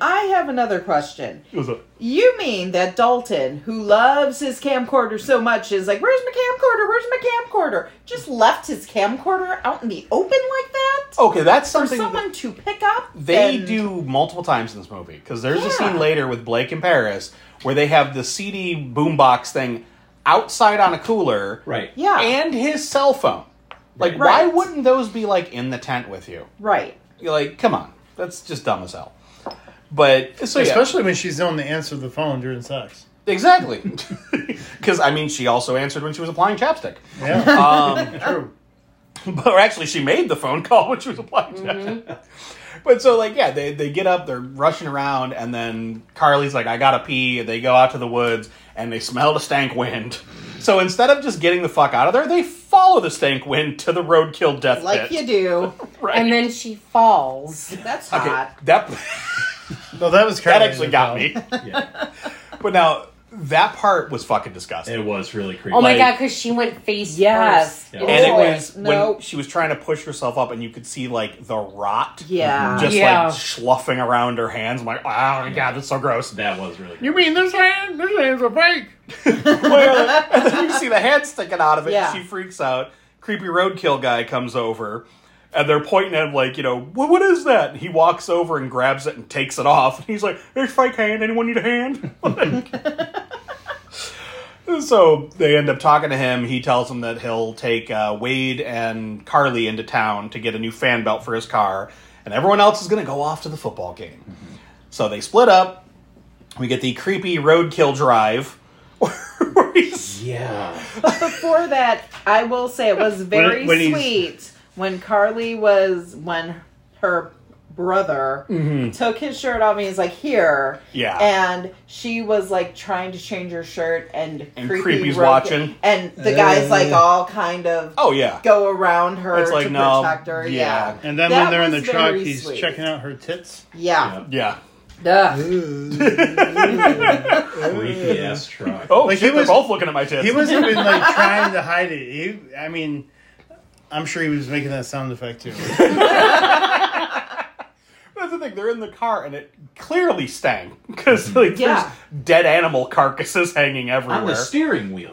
I have another question. It was a- You mean that Dalton, who loves his camcorder so much, is like, "Where's my camcorder? Where's my camcorder?" Just left his camcorder out in the open like that okay that's for something that- someone to pick up. Oh, They and- do multiple times in this movie because there's a Yeah. scene later with Blake and Paris where they have the CD boombox thing outside on a cooler, Right. Yeah. and his cell phone. Like, why Right. wouldn't those be like in the tent with you? Right. You're like, come on, that's just dumb as hell. But so yeah, Especially when she's known to answer the phone during sex. exactly because I mean, she also answered when she was applying chapstick. Yeah. Um, True. but or actually she made the phone call when she was applying Mm-hmm. to but so like yeah they, they get up they're rushing around and then carly's like i gotta pee and they go out to the woods and they smell the stank wind so instead of just getting the fuck out of there they follow the stank wind to the roadkill death Like pit. you do. right And then she falls. That's okay hot. that No, that was That Carly actually got me. Rae Yeah, But now that part was fucking disgusting. it was really creepy. Oh my Like- god, because she went face Yes. first. Yeah. and it Oh, was when nope. she was trying to push herself up, and you could see like the rot, Yeah. just Yeah. like sloughing around her hands. I'm like, oh my god, that's so gross. That was really. You mean this hand? This hand's a fake. Well, and then you see the hand sticking out of it. Yeah. She freaks out. Creepy roadkill guy comes over, and they're pointing at him like, you know, what, what is that? And he walks over and grabs it and takes it off. And he's like, "There's fake hand. Anyone need a hand?" Like- so they end up talking to him. He tells them that he'll take uh, Wade and Carly into town to get a new fan belt for his car, and everyone else is going to go off to the football game. So they split up. We get the creepy roadkill drive. where he's- Yeah. Before that, I will say it was very when he's- sweet when Carly was when her brother took his shirt off and he's like, "Here." Mm-hmm. Yeah. And she was like trying to change her shirt and, And creepy Creepy's rogue- watching. and the guys Uh. like all kind of oh yeah, go around her It's like, to no, protect her. yeah. Yeah. And then That when they're in the was truck, very he's sweet. checking out her tits. Yeah. yeah. Ugh. Creepy ass truck. Oh, Like, shit, he was- they're both looking at my tits. He wasn't even like trying to hide it. He, I mean, I'm sure he was making that sound effect too. That's the thing. They're in the car, and it clearly stank Mm-hmm. because like Yeah. there's dead animal carcasses hanging On the everywhere. steering wheel.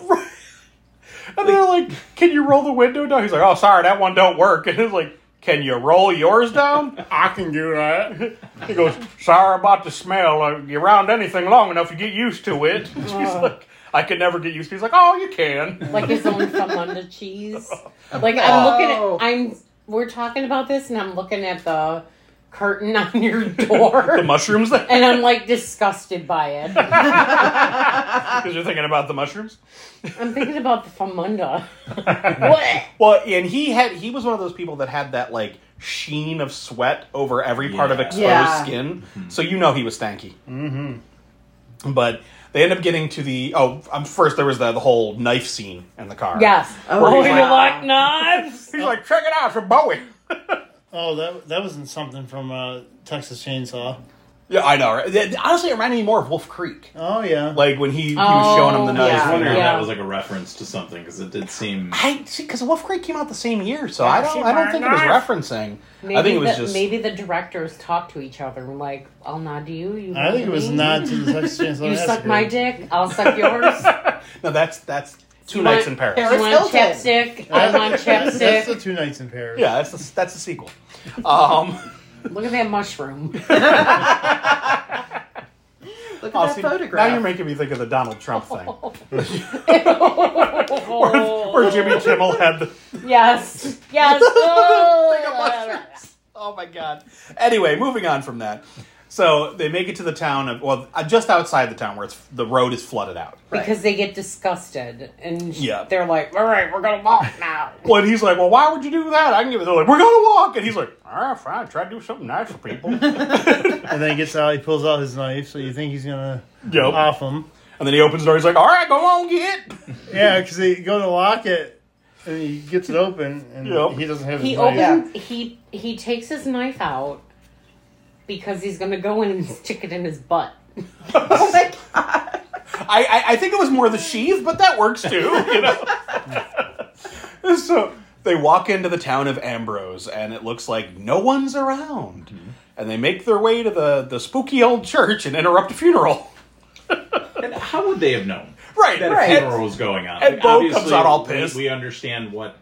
and they're like, "Can you roll the window down?" He's like, "Oh, sorry, that one don't work." And it's like, "Can you roll yours down?" I can do that. He goes, "Sorry about the smell. Uh, You round anything long enough, you get used to it." She's Uh. like, "I could never get used to." it." He's like, "Oh, you can." Like his own Famunda cheese. Like I'm looking Oh. at I'm we're talking about this and I'm looking at the curtain on your door The mushrooms, because and I'm like disgusted by it. you're thinking about the mushrooms. I'm thinking about the Famunda. what? Well, and he had he was one of those people that had that like sheen of sweat over every part of Yeah. exposed Yeah. skin, so you know he was stanky. Mm-hmm. But they end up getting to the oh, um, first there was the, the whole knife scene in the car. Yes. Oh, Where Oh, he's you like, like knives? he's like, check it out from Bowie. Oh, that that wasn't something from uh, Texas Chainsaw. yeah, I know. Right? It- honestly, it reminded me more of Wolf Creek, Oh yeah. like when he, he was showing him the Oh, knife. I was Yeah. wondering if Yeah. that was like a reference to something because it did seem. I see because Wolf Creek came out the same year, so I see don't I don't my think it was knife. referencing. Maybe I think it was the, just maybe the directors talk to each other and like, I'll nod to you. you I think it was nod not to me. to the Texas Chainsaw. You Massacre. suck my dick. I'll suck yours. no. That's that's two You nights want- in Paris. You want Hilton. chapstick? I want That's the chapstick. two nights in Paris. Yeah, that's the, that's the sequel. Um, Look at that mushroom. Look at oh, that see, Now photograph. you're making me think of the Donald Trump thing, Oh. where Jimmy Kimmel had the. Yes. Yes. Think of Oh. mushrooms. Oh my god. Anyway, moving on from that. So they make it to the town of well, uh, just outside the town where it's the road is flooded out. Because they get disgusted and sh- Yeah. they're like, all right, we're going to walk now. Well, and he's like, "Well, why would you do that?" I can give it. They're like, "We're gonna walk," and he's like, "All right, fine. Try to do something nice for people." And then he gets out. He pulls out his knife. So you think he's gonna Yup. off him? and then he opens the door. He's like, "All right, go on, get." it." Yeah, because they go to lock it, and he gets it open, and Yep. he doesn't have his He knife. opens, he, he takes his knife out because he's going to go in and stick it in his butt. oh my god. I, I, I think it was more the sheath, but that works too, you know. so they walk into the town of Ambrose, and it looks like no one's around. And they make their way to the, the spooky old church and interrupt a funeral. And how would they have known Right, that right. a funeral was going on? and Like, Bo obviously, comes out all we- pissed. We understand what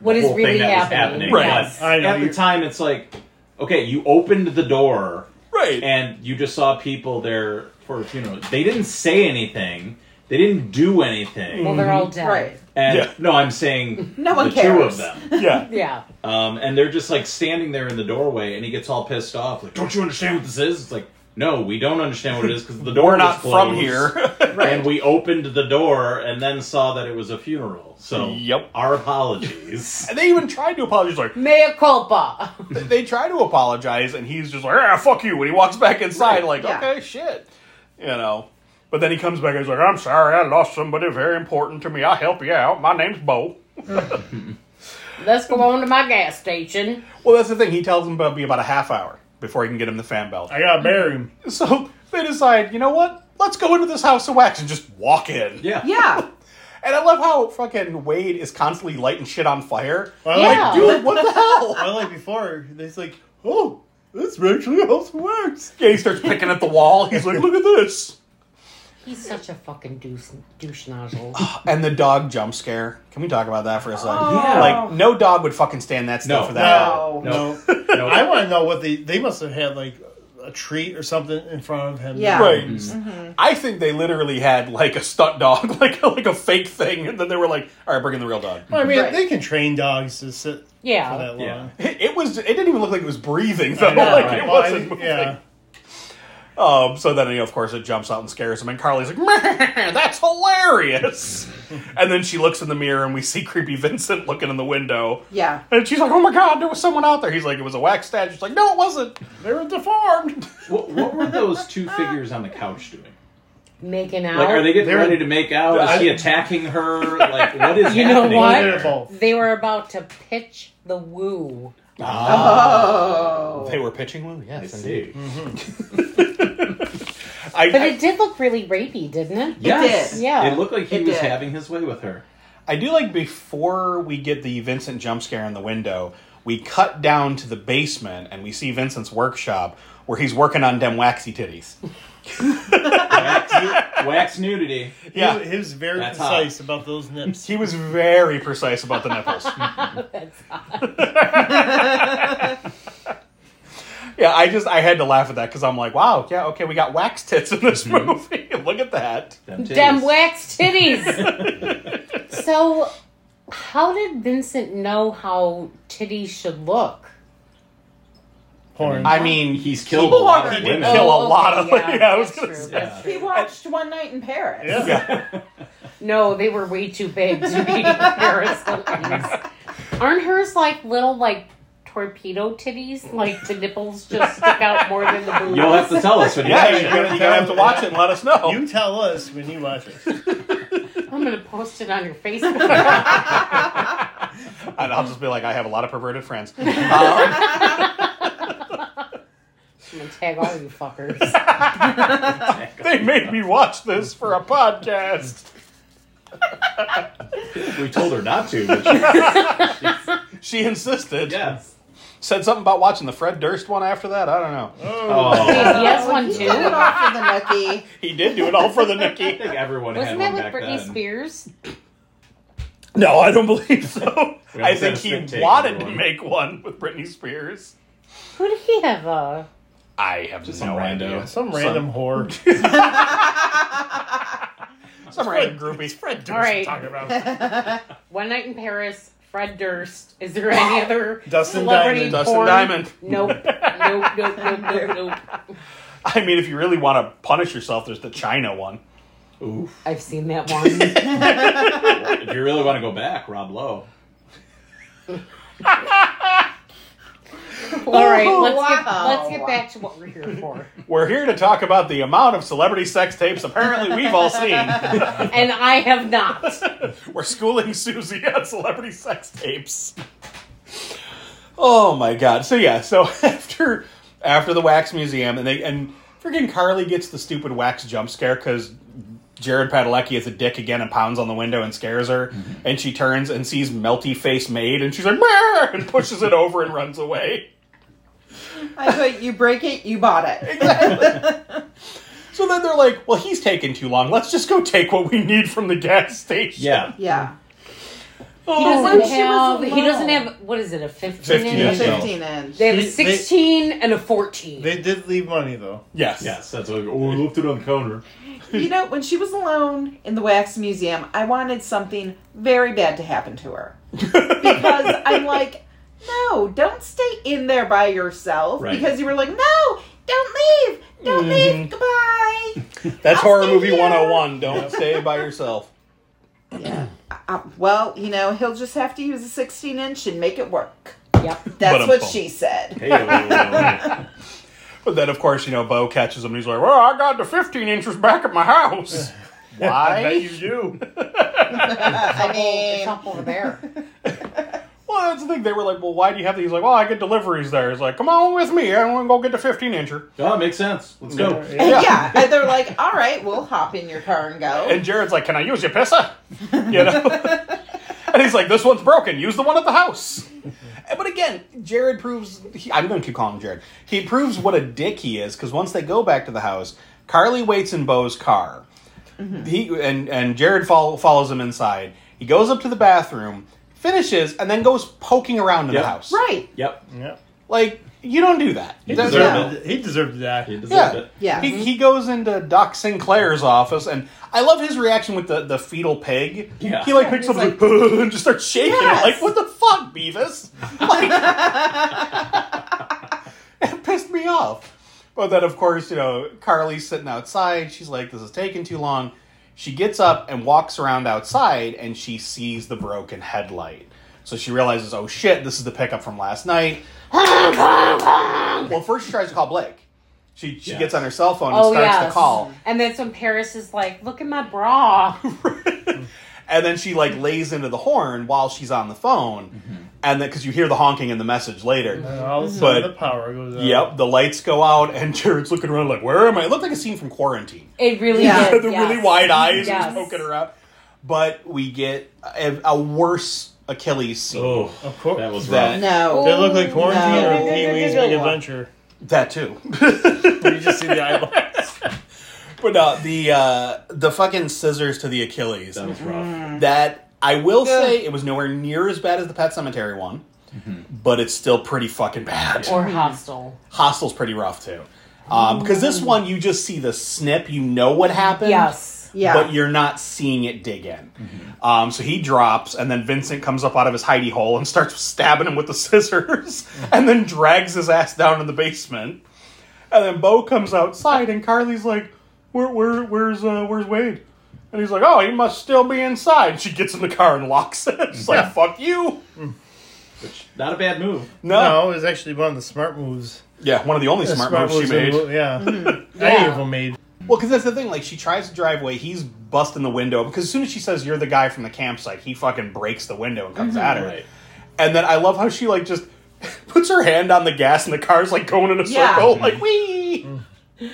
What is whole really thing that was happening. happening. Right. Yes. I know, At the you're- time, it's like, okay, you opened the door Right. and you just saw people there for a funeral. They didn't say anything. They didn't do anything. Well, they're all dead. Right. And Yeah. no, I'm saying No one the two cares. of them. yeah. Yeah. Um, and they're just like standing there in the doorway, and he gets all pissed off, like, "Don't you understand what this is?" It's like, no, we don't understand what it is because the door We're was not from closed, here. And we opened the door and then saw that it was a funeral. So, Yep. our apologies. and they even tried to apologize. Like Mea culpa. they try to apologize, and he's just like, "Ah, fuck you!" When he walks back inside, like, yeah. "Okay, shit," you know. But then he comes back and he's like, "I'm sorry, I lost somebody very important to me. I'll help you out. My name's Bo." Let's go on to my gas station. Well, that's the thing. He tells him about be about a half hour. before he can get him the fan belt. I gotta bury him. So they decide, you know what? Let's go into this house of wax and just walk in. Yeah. Yeah. And I love how fucking Wade is constantly lighting shit on fire. Well, Yeah. like, dude, Dude, what the hell? well, like before, it's like, oh, this actually also works. Yeah, he starts picking at the wall. He's like, look at this. He's such a fucking douche, douche nozzle. And the dog jump scare. Can we talk about that for a second? Oh. Like, no dog would fucking stand that stuff No. for that. No. No. No, I want to know what they they must have had like a treat or something in front of him. Yeah. Right. Mm-hmm. I think they literally had like a stunt dog, like like a fake thing, and then they were like, "All right, bring in the real dog." Well, I mean, Right. they can train dogs to sit for Yeah. that long. Yeah. It, it was. It didn't even look like it was breathing though. I know, like right. it Well, I- wasn't moving. yeah. Um, so then, you know, of course, it jumps out and scares him, and Carly's like, "Man, "That's hilarious!" and then she looks in the mirror, and we see creepy Vincent looking in the window, Yeah. and she's like, "Oh my god, there was someone out there." He's like, "It was a wax statue." She's like, "No, it wasn't. They were deformed." What, what were those two figures on the couch doing? Making out. Like, are they getting They're- ready to make out? Is he attacking her? Like, what is You know happening? what? They're both. They were about to pitch the woo. Uh, Oh. they were pitching one. I Yes, indeed. see. I, But I- it did look really rapey, didn't it? Yes. did. Yeah. It looked like he It was did. having his way with her. I do like before we get the Vincent jump scare in the window, we cut down to the basement and we see Vincent's workshop where he's working on dem waxy titties. Wax, wax nudity. Yeah. Yeah. He, he was very That's hot. precise about those nips. He was very precise about the nipples. That's yeah, I just I had to laugh at that because I'm like, wow, yeah, okay, we got wax tits in this movie. Look at that. Them titties. Damn wax titties. so, how did Vincent know how titties should look? Porn. I mean, He's killed a lot He of did did women. kill a Oh, okay, lot of. Yeah, I was that's gonna true, say. that's He true. watched One Night in Paris. Yeah. Yeah. No, they were way too big to be Paris titties. Aren't hers like little like torpedo titties? Like the nipples just stick out more than the boobs. You'll have to tell us when you Yeah, you're watch it. gonna, you're gonna have to watch it and let us know. You tell us when you watch it. I'm gonna post it on your Facebook. And I'll just be like, I have a lot of perverted friends. Um, I'm gonna tag all you fuckers. they made me watch this for a podcast. We told her not to, but she, She insisted. yes. Said something about watching the Fred Durst one after that. I don't know. Oh, he has one He did it too. all for the nookie. He did do it all for the I Nikki. think everyone Wasn't had that one with back Britney then. Spears? No, I don't believe so. We I think almost had a spit he take wanted on to one. make one with Britney Spears. Who did he have? Uh, I have Just no some rando. idea. Some random whore. Some random groupie. Fred Durst. all right. talking about One Night in Paris, Fred Durst. Is there any other Dustin celebrity Diamond. Dustin porn? Diamond. Nope. Nope. Nope. Nope. Nope. Nope. I mean, if you really want to punish yourself, there's the China one. Oof. I've seen that one. If you really want to go back, Rob Lowe. All right. Let's get wow. let's get back to what we're here for. We're here to talk about the amount of celebrity sex tapes apparently we've all seen. And I have not. We're schooling Susie on celebrity sex tapes. Oh my god. So yeah, so after after the wax museum and they and freaking Carly gets the stupid wax jump scare cuz Jared Padalecki is a dick again and pounds on the window and scares her and she turns and sees melty face maid and she's like "Meh," and pushes it over and runs away. I put you break it, you bought it. So then they're like, "Well, he's taking too long. Let's just go take what we need from the gas station." Yeah. Yeah. He Oh, doesn't when she was have. He doesn't alone. have. What is it? A fifteen? 15 A inch. Yeah. 15 inch. They have a They- sixteen and a fourteen. They did leave money though. Yes. Yes, that's what. Oh, we left it on the counter. You know, when she was alone in the wax museum, I wanted something very bad to happen to her. Because I'm like, no, don't stay in there by yourself. Right. Because you were like, no, don't leave. Don't leave. Goodbye. That's I'll horror stay movie here. 101. Don't stay by yourself. yeah. Uh, well, you know, he'll just have to use a 16 inch and make it work. Yep. That's what Ba-dum-bum. she said. Hey, oh. But then, of course, you know, Bo catches him and he's like, Well, I got the 15 inches back at my house. I bet Why? you do. I It's mean, up over there. Well, that's the thing. They were like, well, why do you have these? He's like, well, I get deliveries there. He's like, come on with me. I want to go get the 15 incher. Oh, it makes sense. Let's go. Yeah. Yeah. and they're like, all right, we'll hop in your car and go. And Jared's like, can I use your pissa? You know? and he's like, this one's broken. Use the one at the house. And- Eh, But again, Jared proves. He, I'm going to keep calling him Jared. He proves what a dick he is because once they go back to the house, Carly waits in Bo's car. He and and Jared follow, follows him inside. He goes up to the bathroom, finishes, and then goes poking around in Yeah. the house. right. Yep. yeah. Like you don't do that. He That's- Yeah. deserved it. He deserved to He die. deserved yeah. it. Yeah. He, he goes into Doc Sinclair's office, and I love his reaction with the, the fetal pig. Yeah. He like picks up like, and just starts shaking Yes. it. Like, what the fuck, Beavis? Like, it pissed me off. But then, of course, you know, Carly's sitting outside. She's like, this is taking too long. She gets up and walks around outside, and she sees the broken headlight. So she realizes, oh shit, this is the pickup from last night. well, first she tries to call Blake. She, she Yeah. gets on her cell phone and Oh starts yeah. to call. And that's when Paris is like, "Look at my bra." and then she like lays into the horn while she's on the phone, Mm-hmm. and then because you hear the honking in the message later. And all of a But- sudden, the power goes out. Yep, the lights go out, and Jared's looking around like, "Where am I?" It looked like a scene from Quarantine. It really Yeah. did. the Uh, yes. really wide eyes Yes. just poking her out. But we get a, a worse Achilles scene. Oh, Of course. that was That- rough. No. They look like quarantine or No. Pee Wee's Big Adventure. That too. Where you just see the eyeball. but no, the uh, the fucking scissors to the Achilles. That was rough. That I will Yeah. say it was nowhere near as bad as the Pet Cemetery one, but it's still pretty fucking bad. or hostile. Hostel's pretty rough too, um, because this one you just see the snip, you know what happened. Yes. Yeah. But you're not seeing it dig in. Um, so he drops, and then Vincent comes up out of his hidey hole and starts stabbing him with the scissors, and then drags his ass down in the basement. And then Bo comes outside, and Carly's like, "Where, where, where's, uh, where's Wade?" And he's like, "Oh, he must still be inside." She gets in the car and locks it. She's like, "Fuck you!" Which not a bad move. No, No, it was actually one of the smart moves. yeah, one of the only The smart, moves she in made. the mo- Yeah. Any Yeah. of them made. Well, because that's the thing. Like, she tries to drive away. He's busting the window because as soon as she says you're the guy from the campsite, he fucking breaks the window and comes at her. Right. And then I love how she like just puts her hand on the gas and the car's like going in a Yeah. circle, like wee.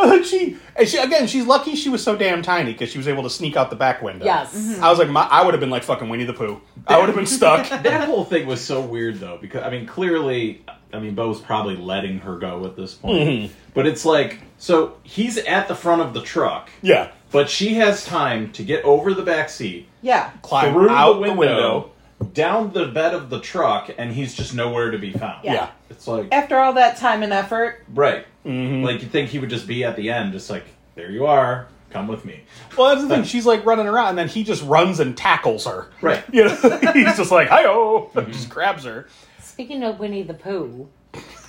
And then she and she again. She's lucky she was so damn tiny because she was able to sneak out the back window. Mm-hmm. Yes. Mhm. I was like, my, I would have been like fucking Winnie the Pooh. I would have been stuck. That whole thing was so weird though, because I mean, clearly, I mean, Bo's probably letting her go at this point. Mm-hmm. But it's like, so he's at the front of the truck, yeah, but she has time to get over the back seat, yeah. climb through out the, window, down the bed of the truck, and he's just nowhere to be found. Yeah. Yeah. it's like After all that time and effort, right, Mm-hmm. like you think he would just be at the end, just like there you are, come with me, Well, that's the thing. She's like running around, and then he just runs and tackles her. right? You know, he's just like, "Hi-oh!" just grabs her. Speaking of Winnie the Pooh,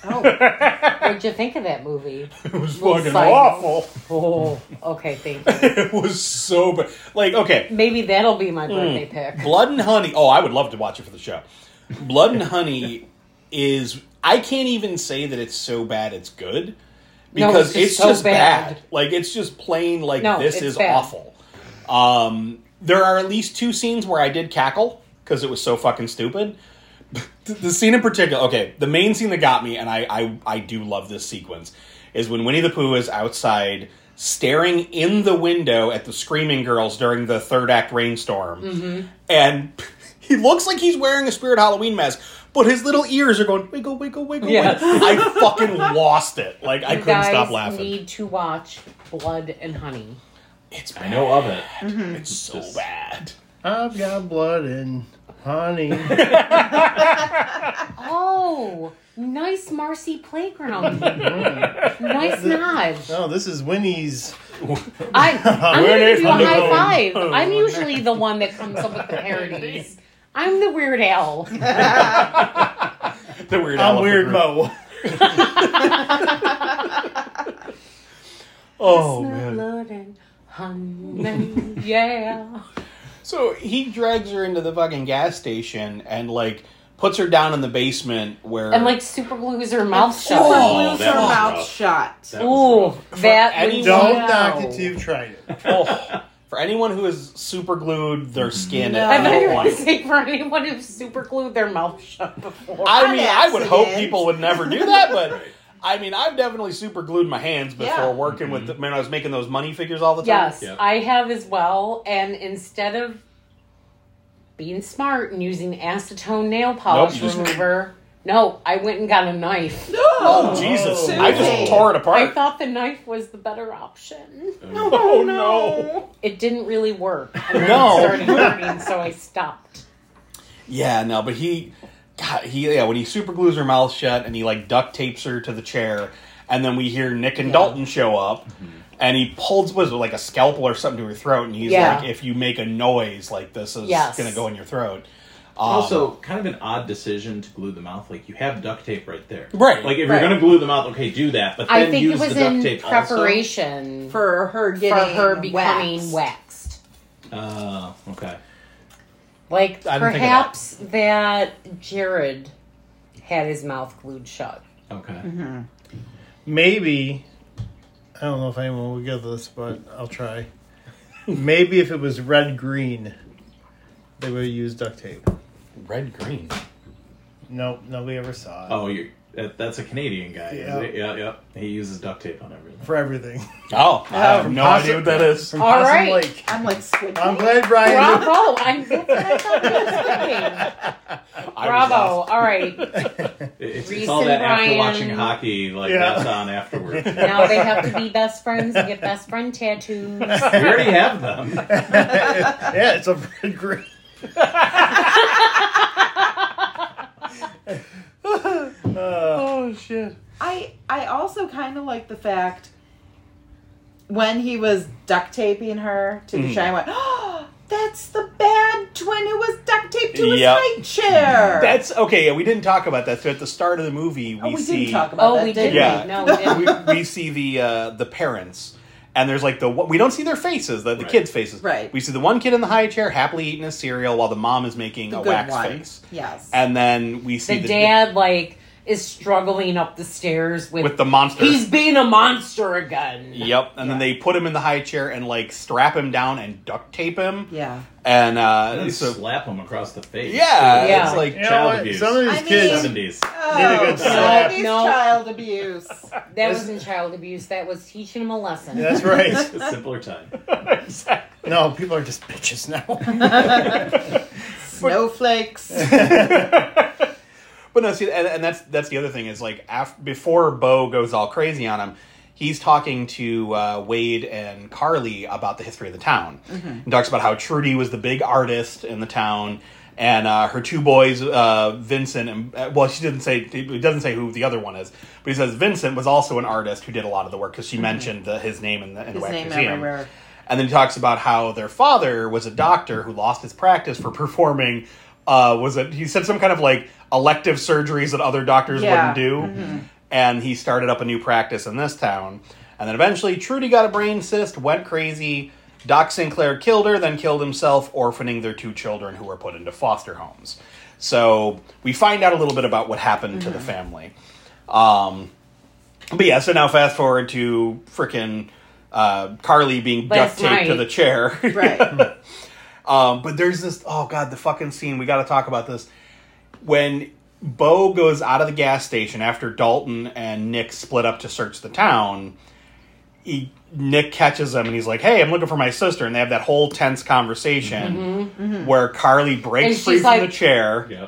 oh, what'd you think of that movie? It was Little fucking side awful. Oh, okay, thank you. It was so bad. Like, okay, Maybe that'll be Hmm. my birthday pick. Blood and Honey. Oh, I would love to watch it for the show. Blood and Honey is. I can't even say that it's so bad it's good No, because it's it's, just so just bad. bad. Like it's just plain like No, this it's is bad. awful. Um, there are at least two scenes where I did cackle because it was so fucking stupid. The- the scene in particular, okay, the main scene that got me, and I, I, I do love this sequence, is when Winnie the Pooh is outside staring in the window at the screaming girls during the third act rainstorm. Mm-hmm. And he looks like he's wearing a spirit Halloween mask, but his little ears are going wiggle, wiggle, wiggle. Yes. wiggle. I fucking lost it. Like, I you couldn't guys stop laughing. need to watch Blood and Honey. it's I bad. know of it. It's so bad. I've got blood and honey. Oh, nice Marcy playground. nice nod. No, Oh, this is Winnie's. I, I'm Where going to is give you a high Honeycomb? five. I'm usually the one that comes up with the parodies. I'm the weird owl. The weird I'm Al Weird of the group. Mo. Oh, man. Blood and honey, yeah. So he drags her into the fucking gas station and like puts her down in the basement where And like super glues her mouth shut. oh, Oh, lose that her was mouth rough. shut. That was Ooh, rough. that any- was Don't wow. knock it till you've tried it. oh, for anyone who has super glued their skin No. at I've any never point. heard say for anyone who's super glued their mouth shut before. I On mean, I would hope accident. people would never do that, but I mean, I've definitely super glued my hands before Yeah. working with. The, man, I was making those money figures all the time. Yes, Yeah. I have as well. And instead of being smart and using acetone nail polish you just- remover, no, I went and got a knife. Oh Jesus! Susie. I just tore it I apart. thought the knife was the better option. oh no! It didn't really work. And then No. it started hurting, so I stopped. Yeah, no, but he, God, he yeah, when he super glues her mouth shut and he like duct tapes her to the chair, and then we hear Nick and Dalton show up. And he pulls was it like a scalpel or something to her throat, and he's Yeah. like, "If you make a noise like this, is Yes. gonna go in your throat." Um, Also, kind of an odd decision to glue the mouth. Like you have duct tape right there, Right, Like if right. you're going to glue the mouth, okay, do that. But then I think it use was the duct in tape also. preparation for, for her getting her becoming waxed. waxed. Oh, okay. Like I didn't think of that. perhaps that. Jared had his mouth glued shut. Okay. Mm-hmm. Maybe I don't know if anyone will get this, but I'll try. Maybe if it was red green, they would use duct tape. red green. Nope, nobody ever saw it Oh, you're, that, that's a Canadian guy. Yeah. Is it? Yeah, yeah. He uses duct tape on everything. for everything. Oh, I have From no Possum- idea what that is. From All Possum right. Lake. I'm like, squid I'm glad Brian. Bravo! I'm that's what I thought you was thinking. I was Bravo! All right, It's, it's Reese all and that after Brian. watching hockey, like Yeah. that's on afterwards. we now they have to be best friends and get best friend tattoos. already have them. yeah, it's a red green. Oh shit! I I also kind of like the fact when he was duct taping her to the chair, I went, oh, that's the bad twin who was duct taped to his Yep. high chair. That's okay. Yeah, we didn't talk about that. So at the start of the movie, we, oh, we see didn't talk about Oh, that, we did did. we? Yeah. not No, we didn't. we, we see the uh, the parents, and there's like the one- we don't see their faces, the, the Right. kids' faces. Right. We see the one kid in the high chair happily eating his cereal while the mom is making a Good wax one. face, Yes. and then we see The dad like is struggling up the stairs with, with the monster. he's being a monster again. Yep, and then they put him in the high chair and like strap him down and duct tape him. yeah. and uh, And then so- slap him across the face. yeah, Yeah. it's like You know Child what? abuse. Some of these I mean- kids. Seventies. Need a good Oh, slap. somebody's No. child abuse. That wasn't child abuse. That was teaching him a lesson. That's right. A simpler time. exactly. No, people are just bitches now. Snowflakes. But no, see, and, and that's that's the other thing is like af before Bo goes all crazy on him, he's talking to uh, Wade and Carly about the history of the town. Mm-hmm. And talks about how Trudy was the big artist in the town, and uh, her two boys, uh, Vincent and uh, well, she didn't say he doesn't say who the other one is, but he says Vincent was also an artist who did a lot of the work because she mentioned the, his name in the in the Mm-hmm. His Wax name Museum. everywhere. And then he talks about how their father was a doctor who lost his practice for performing. Uh, was it? He said some kind of like elective surgeries that other doctors Yeah. wouldn't do, Mm-hmm. and he started up a new practice in this town. And then eventually, Trudy got a brain cyst, went crazy. Doc Sinclair killed her, then killed himself, orphaning their two children who were put into foster homes. So we find out a little bit about what happened to the Mm-hmm. family. Um, but yeah, so now fast forward to frickin' uh, Carly being duct Last taped to night. the chair. Right. um, but there's this, oh god, the fucking scene. We got to talk about this. When Bo goes out of the gas station after Dalton and Nick split up to search the town, he, Nick catches him and he's like, hey, I'm looking for my sister. And they have that whole tense conversation where Carly Mm-hmm. And breaks she's free from like- the chair. Yeah.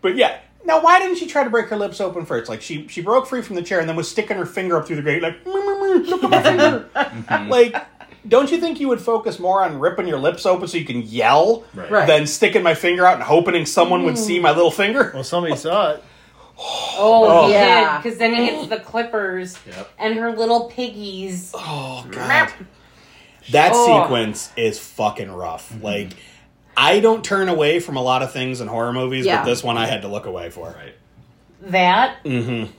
But yeah. Now, why didn't she try to break her lips open first? Like she she broke free from the chair and then was sticking her finger up through the grate, like "Mm, mm, mm, look at my finger. Mm-hmm. Like, don't you think you would focus more on ripping your lips open so you can yell Right. Right. than sticking my finger out and hoping someone would see my little finger? well, somebody saw it. Oh, Oh. he Yeah. yeah. Because then he gets the clippers Yep. and her little piggies. Oh god, that Oh. sequence is fucking rough. Like, I don't turn away from a lot of things in horror movies, Yeah. but this one I had to look away for. Right. That Mm-hmm.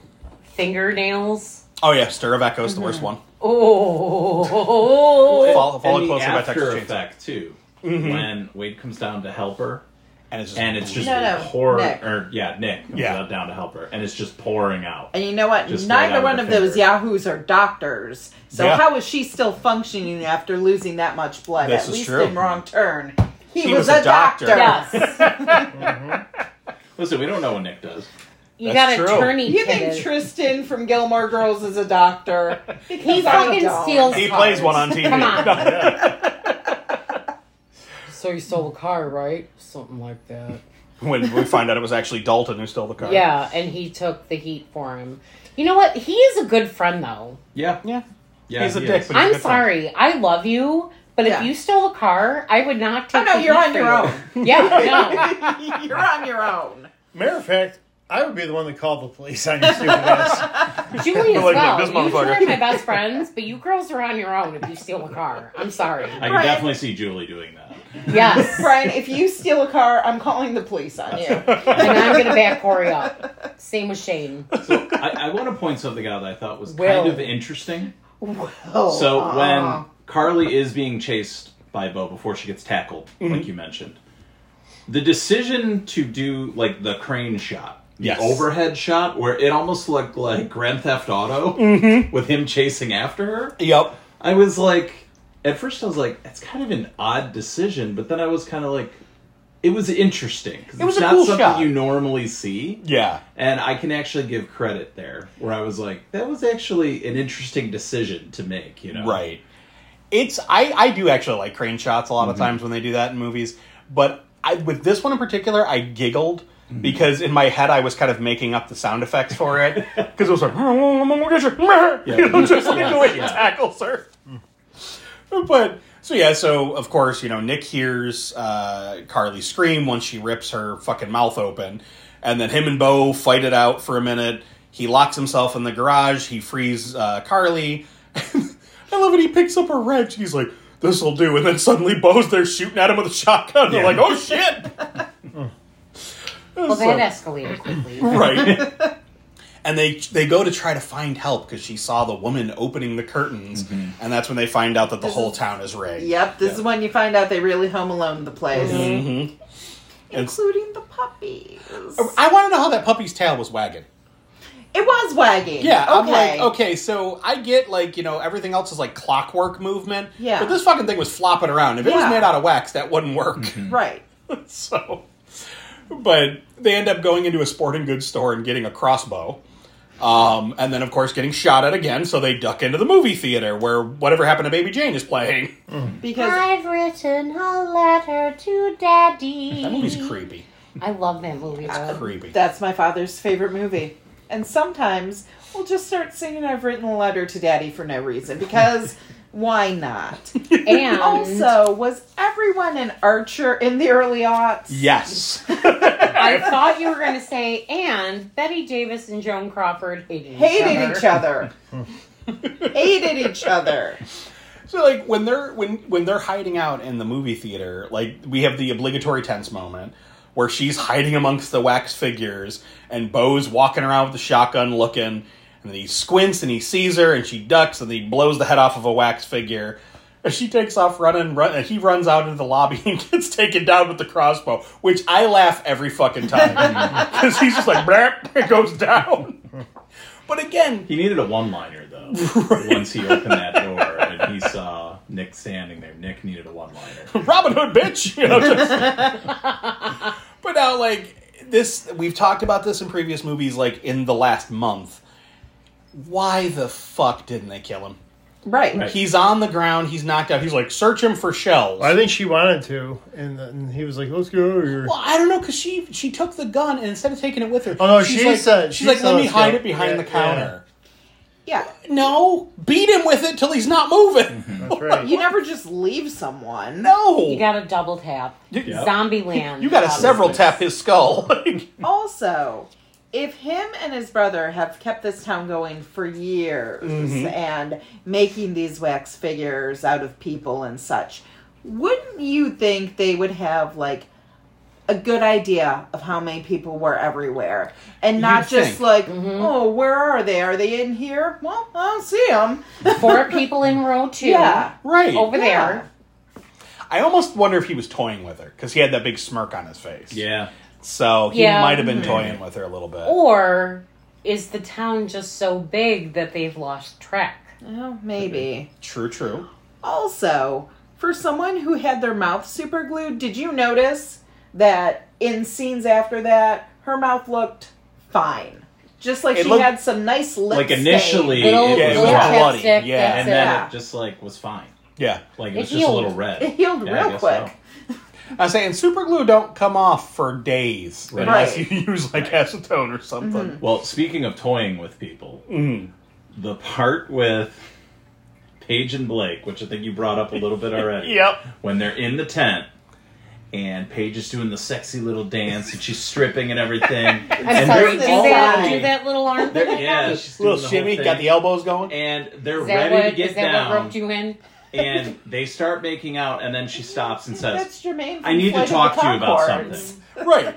fingernails. Oh yeah, Stir of Echoes, the worst one. Oh, Follow- follow and the closer by Texas after Chainsaw. Mm-hmm. effect too. When Wade comes down to help her, and it's just and it's just No, no, pouring. Nick. Or yeah, Nick comes Yeah. out down to help her, and it's just pouring out. And you know what? Just right out Neither of one the of those finger. yahoos are doctors. So Yeah. how is she still functioning after losing that much blood? This At is least true. in wrong turn. He, He was, was a a doctor. doctor. Yes. Listen, we don't know what Nick does. You That's got a true. tourney You kitted. think Tristan from Gilmore Girls is a doctor? he fucking steals he cars. plays one on TV. Come on. So you stole the car, right? Something like that. when we find out it was actually Dalton who stole the car. Yeah, and he took the heat for him. You know what? He is a good friend, though. Yeah, yeah. yeah. He's a he dick, is. but- I'm good friend. sorry. I love you, but Yeah. if you stole a car, I would not take Oh, no, the you're heat on for your you. own. Yeah, You're on your own. Matter of fact, I would be the one to call the police on your stupid ass. no. Julie as Like, well. this you two motherfucker. are my best friends, but you girls are on your own if you steal a car. I'm sorry. I can Brian- definitely see Julie doing that. Yes. Brian, if you steal a car, I'm calling the police on you. And I'm going to back Corey up. Same with Shane. So I, I want to point something out that I thought was kind Will. of interesting. Oh, So uh, when Carly is being chased by Bo before she gets tackled, Mm-hmm. like you mentioned, the decision to do like the crane shot, the Yes. overhead shot, where it almost looked like Grand Theft Auto Mm-hmm. with him chasing after her, Yep. I was like, at first I was like, that's kind of an odd decision, but then I was kind of like, it was interesting 'cause It was a it's not cool something shot. you normally see. Yeah. And I can actually give credit there, where I was like, that was actually an interesting decision to make, you know? Right. It's I I do actually like crane shots a lot Mm-hmm. of times when they do that in movies, but I with this one in particular I giggled because in my head I was kind of making up the sound effects for it because it was like you know just like the way he Yeah. tackles her. But so yeah, so of course you know Nick hears uh, Carly scream once she rips her fucking mouth open, and then him and Bo fight it out for a minute. He locks himself in the garage. He frees uh, Carly. I love it. He picks up a wrench. He's like, "This will do." And then suddenly Bo's there shooting at him with a shotgun. They're like, "Oh shit!" Well, So- that escalated quickly. right and they they go to try to find help because she saw the woman opening the curtains and that's when they find out that the This whole is- town is rigged Yep, this is when you find out they really home alone the place, It's- Mm-hmm. including the puppies. i want to know how that puppy's tail was wagging It was wagging. yeah okay. i'm like okay so i get like you know everything else is like clockwork movement Yeah. but this fucking thing was flopping around if it was Yeah. made out of wax that wouldn't work right. so but they end up going into a sporting goods store and getting a crossbow um, and then of course getting shot at again so they duck into the movie theater where whatever happened to baby jane is playing Because I've written a letter to Daddy. That movie's creepy. I love that movie, though. Creepy. that's my father's favorite movie. And sometimes we'll just start singing I've written a letter to daddy for no reason because why not? And also, was everyone an archer in the early aughts? yes. I thought you were going to say, and Betty Davis and Joan Crawford hated each other. Hated each other. Hated each other. so like when they're when when they're hiding out in the movie theater, like we have the obligatory tense moment where she's hiding amongst the wax figures and Bo's walking around with the shotgun looking and then he squints and he sees her and she ducks and he blows the head off of a wax figure. And she takes off running, run, and he runs out into the lobby and gets taken down with the crossbow, which I laugh every fucking time. Because he's just like, "Brap," it goes down. But again, He needed a one liner, though. Once he opened that door and he saw Nick standing there, Nick needed a one liner. Robin Hood, bitch. You know, just- but now, like this, we've talked about this in previous movies, like in the last month. Why the fuck didn't they kill him? Right. Right. He's on the ground. He's knocked out. He's like, search him for shells. I think she wanted to, and, and he was like, "Let's go over here." well, I don't know because she she took the gun and instead of taking it with her, Oh, no, she's she like, said- she's she like, said let me let's hide go." it behind Yeah, the counter. Yeah. No, beat him with it till he's not moving. That's right. You never just leave someone. No, You got a double tap. Um, Yeah. Zombie Land. you got to several tap his skull. Like, Also, if him and his brother have kept this town going for years and making these wax figures out of people and such, wouldn't you think they would have like a good idea of how many people were everywhere and not You'd just think. like, oh, where are they? Are they in here? Well, I don't see them. Four people in row two. Yeah. right Over Yeah. there. I almost wonder if he was toying with her because he had that big smirk on his face. Yeah. Mm-hmm. So he Yeah. might have been toying with her a little bit. Or is the town just so big that they've lost track? Oh, maybe. True, true. Also, for someone who had their mouth super glued, did you notice that in scenes after that, her mouth looked fine? Just like It she looked- had some nice lipstick. Like initially, it Little- was, Yeah, it was white, bloody, chapstick, yeah, that's and it. then Yeah. it just like was fine. Yeah. Like it It was just a little healed. red. It healed Yeah, I real guess quick. I say, and super glue don't come off for days Right. unless Right. you use like acetone or Mm-hmm. something. so. Well, speaking of toying with people, Mm. the part with Paige and Blake, which I think you brought up a little bit already. Yep. When they're in the tent. And Paige is doing the sexy little dance, and she's stripping and everything. I'm and sorry, do they're all that, right. do that little arm They're- thing. yeah, she's doing Little the whole shimmy, thing. got the elbows going. and they're Is that, ready what, to get is that what down, roped you in? and they start making out, and then she stops and says, That's Jermaine. "I need to talk to you about something." Right.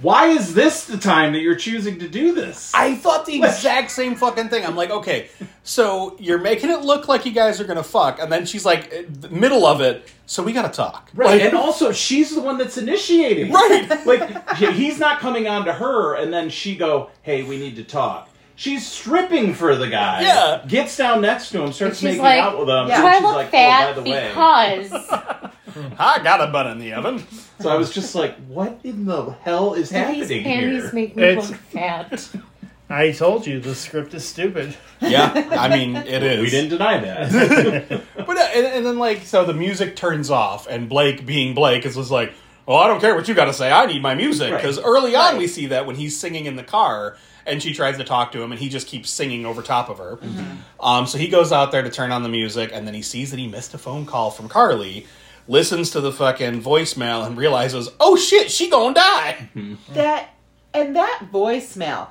Why is this the time that you're choosing to do this? I thought the exact same fucking thing. I'm like, okay, so you're making it look like you guys are gonna fuck, and then she's like, eh, the middle of it, so we gotta talk. Right, Like, and also she's the one that's initiating. Right. like he- he's not coming on to her, and then she go, "Hey, we need to talk." She's stripping for the guy. Yeah. gets down next to him, And starts she's making like, out with him. Yeah. do and I she's look like, fat "Oh, by the way." because I got a bun in the oven. So I was just like, "What in the hell is these happening panties here?" make me It's- look fat? I told you the script is stupid. Yeah, I mean it is. we didn't deny that. But uh, and, and then like so the music turns off and Blake being Blake is just like, "Well, I don't care what you got to say. I need my music." Right. Cuz early on we see that when he's singing in the car and she tries to talk to him and he just keeps singing over top of her. Mm-hmm. Um so he goes out there to turn on the music and then he sees that he missed a phone call from Carly. Listens to the fucking voicemail and realizes, oh shit, she gonna die. That and that voicemail.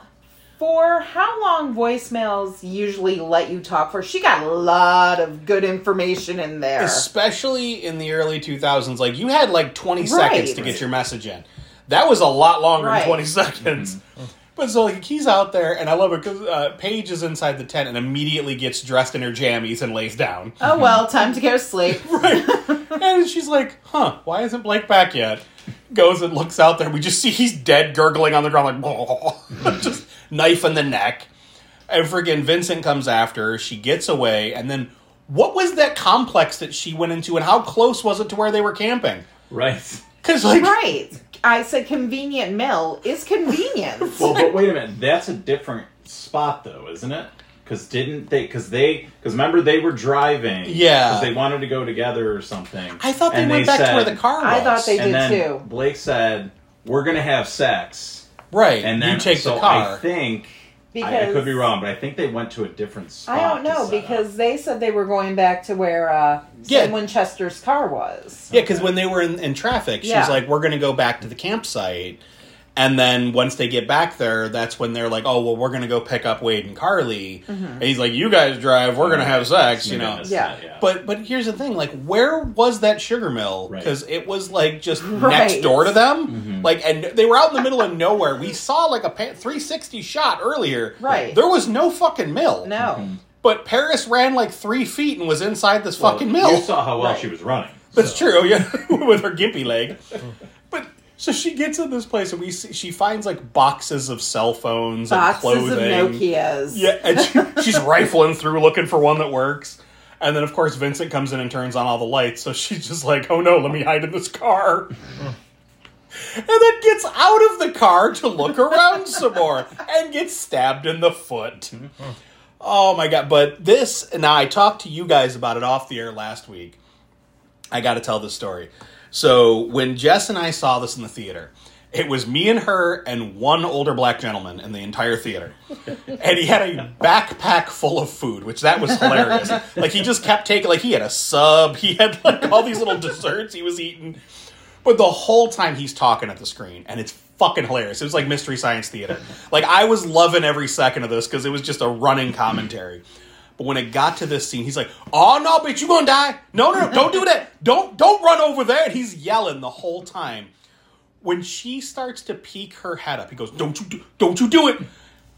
For how long voicemails usually let you talk for? She got a lot of good information in there. Especially in the early 2000s, like you had like 20 Right. seconds to get your message in. That was a lot longer Right. than 20 seconds. But so like he's out there, and I love it because uh, Paige is inside the tent and immediately gets dressed in her jammies and lays down. Oh well, time to go to sleep. and she's like, "Huh? Why isn't Blake back yet?" Goes and looks out there. We just see he's dead, gurgling on the ground, Mm-hmm. like just knife in the neck. And friggin' Vincent comes after her. She gets away, and then what was that complex that she went into, and how close was it to where they were camping? right. Because like, Right. I said convenient mill is convenience. Well, but wait a minute. That's a different spot, though, isn't it? Because didn't they? Because they? Because remember they were driving. Yeah. Because they wanted to go together or something. I thought they And went back to where said- the car was. I thought they- and did then too. Blake said, "We're gonna have sex," right, and then you take so the car. I think. I, I Because- could be wrong, but I think they went to a different spot. I don't to know set up. because they said they were going back to where uh, uh, Yeah. Sam Winchester's car was. Yeah, because when they were in, in traffic, she's Yeah. like, "We're going to go back to the campsite," and then once they get back there, that's when they're like, "Oh, well, we're going to go pick up Wade and Carly," Mm-hmm. and he's like, "You guys drive. We're going to have sex," you Maybe I know. missed Yeah. that, yeah. But but here's the thing, like, where was that sugar mill? Right. Mm-hmm. Because it was like just Right. next door to them, like, and they were out in the middle of nowhere. We saw like a pa- 360 shot earlier. Right. there was no fucking mill. No. But Paris ran like three feet and was inside this Well, fucking mill. You saw how well Right. she was running. That's true. oh, Yeah, with her gimpy leg. But so she gets in this place, and we see, she finds like boxes of cell phones and Boxes of clothing. Nokias. Yeah, and she, she's rifling through looking for one that works. And then, of course, Vincent comes in and turns on all the lights. So she's just like, "Oh no, let me hide in this car." And then gets out of the car to look around some more and gets stabbed in the foot. Oh my god! But this, now I talked to you guys about it off the air last week. I got to tell this story. So when Jess and I saw this in the theater, it was me and her and one older black gentleman in the entire theater. And he had a backpack full of food, which that was hilarious. Like he just kept taking like he had a sub, he had like all these little desserts he was eating. But the whole time he's talking at the screen, and it's fucking hilarious. It was like Mystery Science Theater. Like I was loving every second of this because it was just a running commentary. But when it got to this scene, he's like, "Oh no, bitch, you gonna die? No, no, no, don't do that! Don't, don't run over there!" And he's yelling the whole time. When she starts to peek her head up, he goes, "Don't you, do, don't you do it!"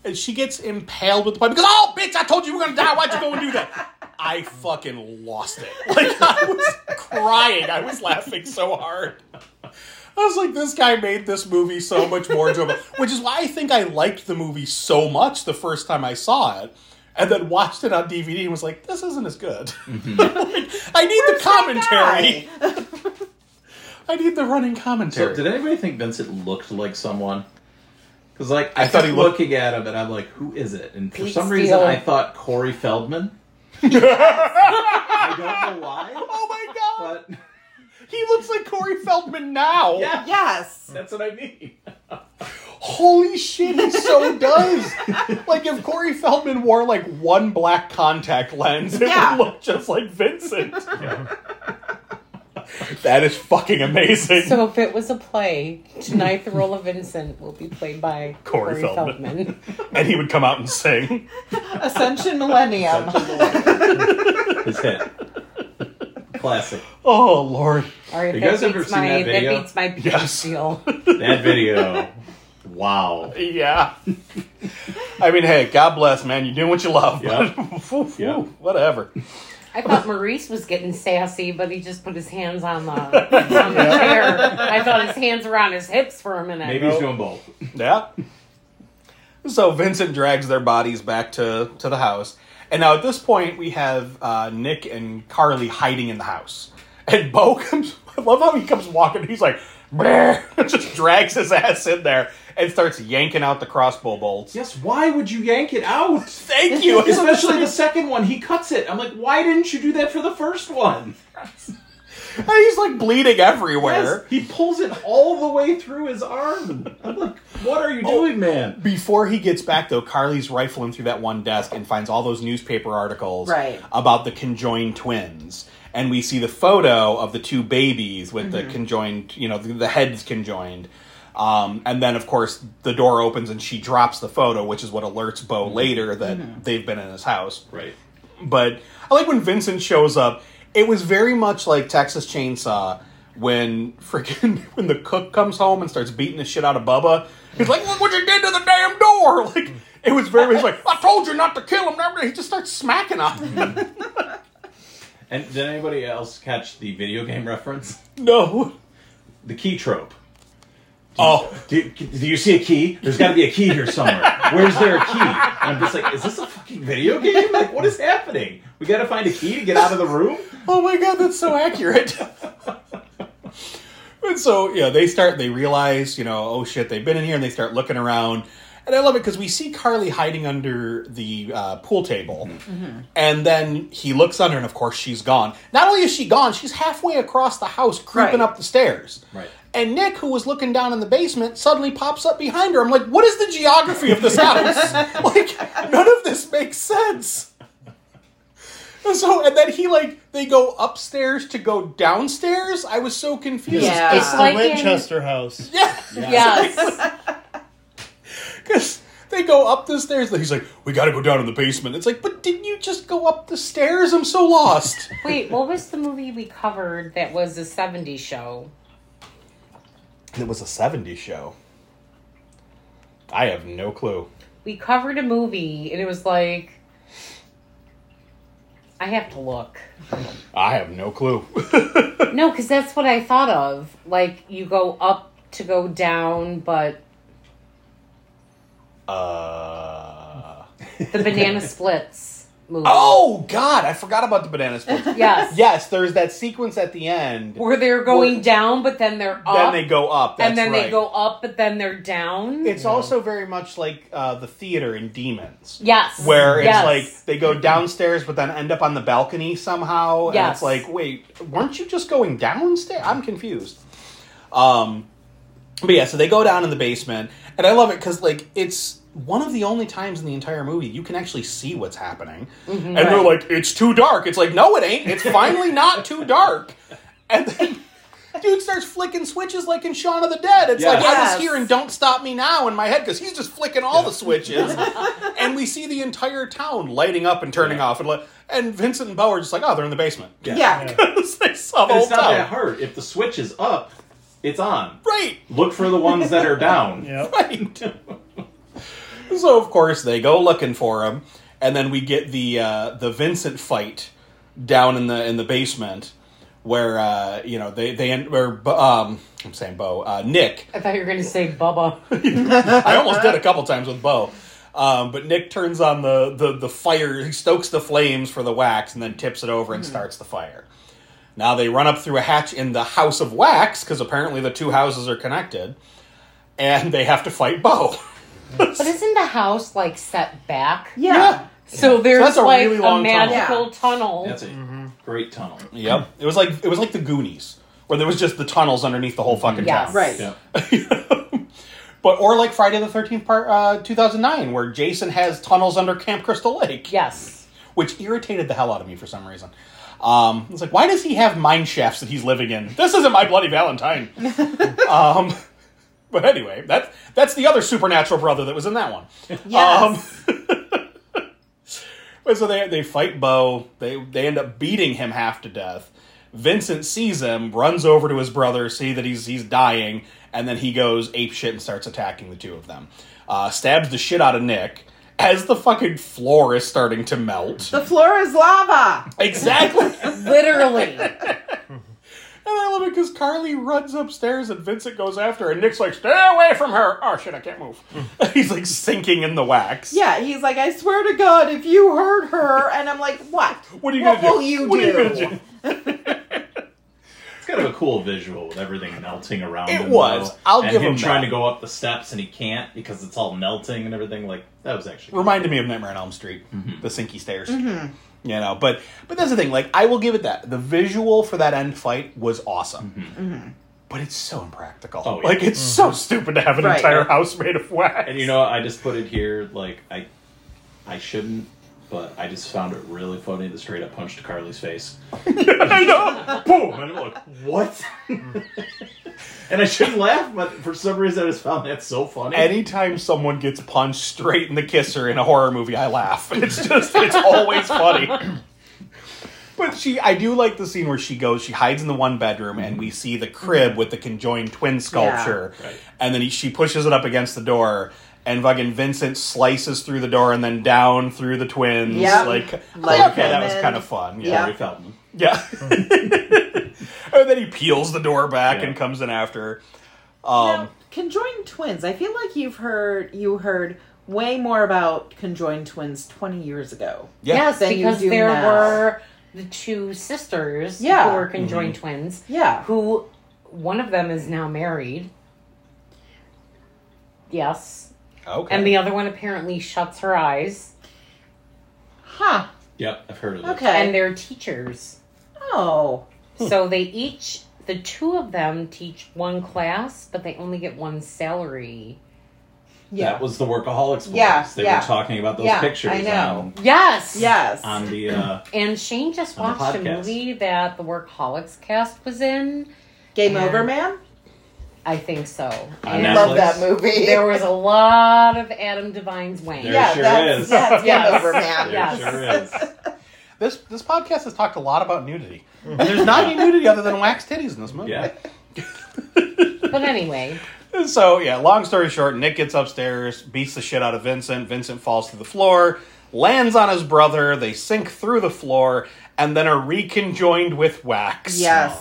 And she gets impaled with the pipe because, "Oh, bitch, I told you you we're gonna die. Why'd you go and do that?" I fucking lost it. Like I was crying. I was laughing so hard. I was like, this guy made this movie so much more enjoyable, which is why I think I liked the movie so much the first time I saw it, and then watched it on DVD and was like, this isn't as good. Like, I need the commentary. I need the running So commentary. did anybody think Vincent looked like someone? Because like I, I thought he kept looked- looking at him, and I'm like, who is it? And for Pete some reason, Steele. I thought Corey Feldman. I don't know why, oh my god! but He looks like Corey Feldman now. yeah, Yes. that's what I mean. Holy shit, he so does. like if Corey Feldman wore like one black contact lens, it Yeah. would look just like Vincent. that is fucking amazing. So if it was a play, tonight the role of Vincent will be played by Corey Corey, Feldman. Feldman. and he would come out and sing. Ascension Millennium. His hit, classic. Oh lord. All right, You that, guys beats ever seen my, that video? beats my Pete Yes. Steele. That video, wow. Yeah. I mean, hey, God bless, man. You're doing what you love. Yeah. Whew, whew, Yeah. Whatever. I thought Maurice was getting sassy, but he just put his hands on the, on the chair. I thought his hands were on his hips for a minute. Maybe he's doing both. Yeah. So Vincent drags their bodies back to, to the house. And now at this point, we have uh, Nick and Carly hiding in the house. And Bo comes, I love how he comes walking. He's like, "Brr," just drags his ass in there and starts yanking out the crossbow bolts. Yes, why would you yank it out? Thank you. Especially the second one, he cuts it. I'm like, why didn't you do that for the first one? And he's like bleeding everywhere. Yes, he pulls it all the way through his arm. I'm like, what are you doing, man? Before he gets back, though, Carly's rifling through that one desk and finds all those newspaper articles Right. about the conjoined twins. And we see the photo of the two babies with the conjoined, you know, the, the heads conjoined. Um, and then, of course, the door opens and she drops the photo, which is what alerts Bo later that they've been in his house. Right. But I like when Vincent shows up. It was very much like Texas Chainsaw when freaking when the cook comes home and starts beating the shit out of Bubba. He's like, "Look what you did to the damn door!" Like it was very. He's like, "I told you not to kill him." and everything. He just starts smacking on him. And did anybody else catch the video game reference? no. The key trope. Oh, Do, do you see a key? There's got to be a key here somewhere. Where's there a key? And I'm just like, is this a fucking video game? Like, what is happening? We got to find a key to get out of the room? oh my god, that's so accurate. and so yeah, they start. They realize, you know, oh shit, they've been in here, and they start looking around. And I love it because we see Carly hiding under the uh, pool table, and then he looks under, and of course she's gone. Not only is she gone, she's halfway across the house, creeping Right. up the stairs. Right. And Nick, who was looking down in the basement, suddenly pops up behind her. I'm like, what is the geography of this house? like, none of this makes sense. And so, and then he like they go upstairs to go downstairs. I was so confused. Yeah. It's It's Uh, the like in- Winchester house. Yes. Because they go up the stairs. and He's like, we got to go down in the basement. It's like, but didn't you just go up the stairs? I'm so lost. Wait, what was the movie we covered that was a 70s show? it was a 70s show. I have no clue. We covered a movie, and it was like. I have to look. I have no clue. No, because that's what I thought of. Like, you go up to go down, but uh... the Banana Splits movie. Oh God! I forgot about the banana split. Yes. yes, there's that sequence at the end. Where they're going down, but then they're then up. they go up. That's and then right. they go up, but then they're down. It's also very much like uh, the theater in Demons. yes. where it's Yes. like they go downstairs but then end up on the balcony somehow and it's Yes. like wait weren't you just going downstairs i'm confused um but yeah so they go down in the basement and i love it because like it's one of the only times in the entire movie you can actually see what's happening and they're like it's too dark it's like no it ain't it's finally not too dark and then Dude starts flicking switches like in Shaun of the Dead. It's like I was Yes. here and don't stop me now in my head because he's just flicking all the switches and we see the entire town lighting up and turning off, and li- and Vincent and Bo are just like, oh, they're in the basement. Yeah. they saw the And whole it's not town. that hard. If the switch is up, it's on. Right, Look for the ones that are down. Yep. right. so of course they go looking for him, and then we get the uh, the Vincent fight down in the in the basement where uh, you know they they end where um, I'm saying Bo uh, Nick I thought you were going to say Bubba. I almost did a couple times with Bo. Um, but Nick turns on the, the, the fire, he stokes the flames for the wax, and then tips it over and starts the fire. Now they run up through a hatch in the House of Wax, because apparently the two houses are connected, and they have to fight Bo. But isn't the house like set back? Yeah. So there's that's a like really a long tunnel. magical tunnel. That's a Mm-hmm. great tunnel. Yep. It was like it was like the Goonies, where there was just the tunnels underneath the whole fucking Yes. town. Right. Yeah. But or like Friday the Thirteenth Part uh, two thousand nine, where Jason has tunnels under Camp Crystal Lake. Yes. which irritated the hell out of me for some reason. Um, it's like, why does he have mine shafts that he's living in? This isn't my bloody Valentine. um, but anyway, that's that's the other supernatural brother that was in that one. Yes. Um, so they they fight Bo. They they end up beating him half to death. Vincent sees him, runs over to his brother, see that he's he's dying, and then he goes ape shit and starts attacking the two of them. Uh, stabs the shit out of Nick as the fucking floor is starting to melt. The floor is lava. Exactly. and Literally. I love it because Carly runs upstairs and Vincent goes after her, and Nick's like, "Stay away from her!" Oh shit, I can't move. Hmm. he's like sinking in the wax. Yeah, he's like, I swear to God, if you hurt her, and I'm like, what? What are you What gonna will do? you What are you do? gonna do? It's kind of a cool visual with everything melting around. It him, was. though, I'll and give him him trying that. to go up the steps and he can't because it's all melting and everything. Like that was actually. reminded me of Nightmare on Elm Street, Mm-hmm. the sinky stairs. Mm-hmm. You know, but but that's the thing. Like, I will give it that the visual for that end fight was awesome, Mm-hmm. but it's so impractical. Mm-hmm. Oh, yeah. Like, it's so stupid to have an Right. entire house made of wax. And you know, I just put it here. Like I, I shouldn't, but I just found it really funny that straight up punched Carly's face. I know. Boom. And I'm like, what? and I shouldn't laugh, but for some reason I just found that so funny. Anytime someone gets punched straight in the kisser in a horror movie, I laugh. It's just, it's always funny. But she, I do like the scene where she goes, she hides in the one bedroom, and we see the crib with the conjoined twin sculpture. Right. And then he, she pushes it up against the door, and fucking Vincent slices through the door and then down through the twins. Yep. Like, oh, Like okay, that was Clement. kind of fun. Yeah. Yep. Corey Feldman. Yeah. and then he peels the door back Yeah. and comes in after. her. Now, Um, conjoined twins. I feel like you've heard you heard way more about conjoined twins twenty years ago. yeah. Yes, Than you because do there now. were the two sisters Yeah. who were conjoined Mm-hmm. twins, Yeah. who one of them is now married. Yes. Okay. And the other one apparently shuts her eyes, Huh. Yep, I've heard of this. Okay. and they're teachers. oh. So they each, the two of them teach one class, but they only get one salary. Yeah. That was the workaholics. Boys. Yeah, they yeah. were talking about those Yeah, pictures I know. Yes. yes. on on the uh, And Shane just On the watched a podcast. movie that the Workaholics cast was in. Game Yeah. over, man. I think so. On And Netflix? Love that movie. there was a lot of Adam Devine's Wayne. There yeah, sure that's, is. yeah, it's Yes. game over, man. there Yes. sure is. This this podcast has talked a lot about nudity. And there's not any nudity other than wax titties in this movie. Yeah. But anyway, So yeah, long story short, Nick gets upstairs, beats the shit out of Vincent. Vincent falls to the floor, lands on his brother. They sink through the floor and then are reconjoined with wax. Yes.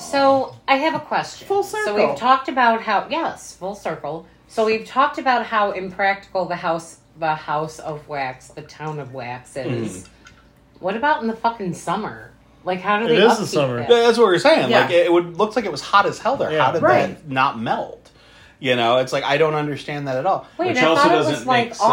so I have a question. Full So circle. we've talked about how yes, full circle. So we've talked about how impractical the house, the house of wax, the town of wax Hmm. is. What about in the fucking summer? Like how do It they? is the upkeep summer. that? That's what we were saying. Yeah. Like it it would looks like it was hot as hell there. Yeah. How did Right. that not melt? You know, it's like I don't understand that at all. Wait, Which I also thought it doesn't was like make sense.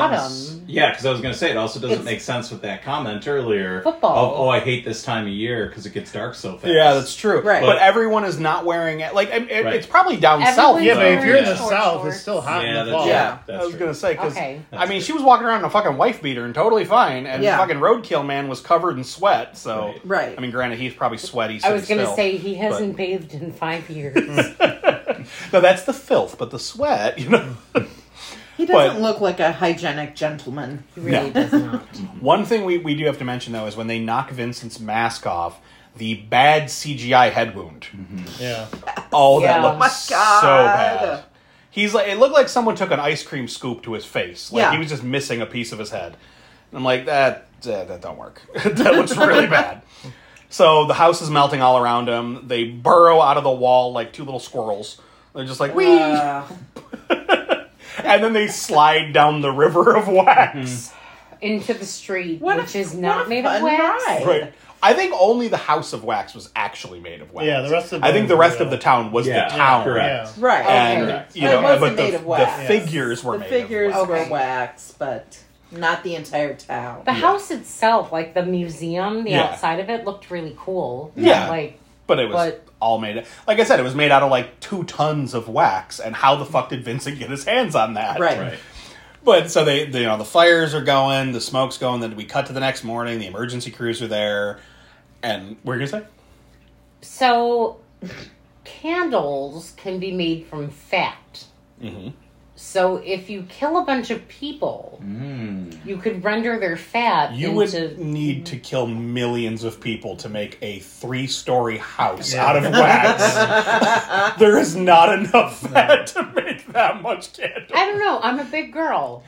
autumn. Yeah, because I was going to say it also doesn't It's- make sense with that comment earlier. Football. Of, oh, I hate this time of year because it gets dark so fast. Yeah, that's true. Right. But everyone is not wearing it. Like it, it- Right. it's probably down south. Everyone's Yeah, but if you're in the Yeah. Short south, shorts. it's still hot Yeah, in the that's fall. true. Yeah, That's I was true. gonna say because Okay. I mean she was walking around in a fucking wife beater and totally fine, and Yeah. fucking roadkill man was covered in sweat. So Right. Right. I mean, granted, he's probably sweaty. So I was gonna still. say he hasn't bathed in five years. no, that's the filth, but the sweat, you know. he doesn't look like a hygienic gentleman. He No. really does not. One thing we, we do have to mention though is when they knock Vincent's mask off, the bad CGI head wound. Yeah. Oh, Yeah. that looked Oh my so God. bad. He's like, it looked like someone took an ice cream scoop to his face. Like Yeah. he was just missing a piece of his head. I'm like, that, that, that don't work. that looks really bad. So the house is melting all around them. They burrow out of the wall like two little squirrels. They're just like, wee! Uh, and then they slide down the river of wax. into the street, What a- which is what not a made of fun wax. ride. Right. I think only the house of wax was actually made of wax. Yeah, the rest of I think the them rest were- uh, of the town was Yeah, the town. correct. Yeah. right. And Correct. you But know, it wasn't but the, made of the wax. figures were The made figures of wax. were Okay. wax, but not the entire town. The house itself, like the museum, the Yeah. outside of it looked really cool. Yeah. Like, But it was But- all made. Like I said, it was made out of like two tons of wax. And how the fuck did Vincent get his hands on that? Right. Right. But so they, they, you know, the fires are going, the smoke's going. Then we cut to the next morning. The emergency crews are there, and we're gonna say so candles can be made from fat. Mhm. So if you kill a bunch of people, Mm. you could render their fat you into. would need to kill millions of people to make a three-story house out of wax. there is not enough fat to make that much candle. I don't know. I'm a big girl.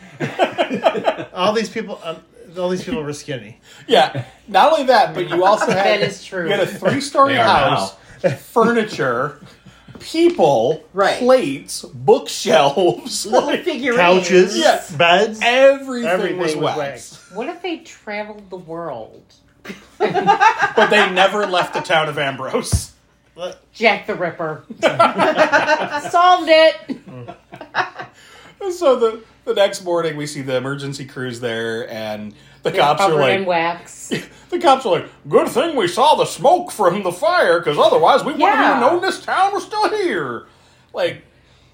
All these people, um, all these people were skinny. Yeah. Not only that, but you also had That is true. You had a three-story They are now. house, furniture, people, Right. plates, bookshelves, Little like, figurines. Couches, Yeah. beds, everything, everything was, was wax. wax. What if they traveled the world? But they never left the town of Ambrose. Jack the Ripper. Solved it. So the the next morning we see the emergency crews there and the cops are Covered in like wax. the cops are like, good thing we saw the smoke from the fire, because otherwise we wouldn't have Yeah. known this town was still here. Like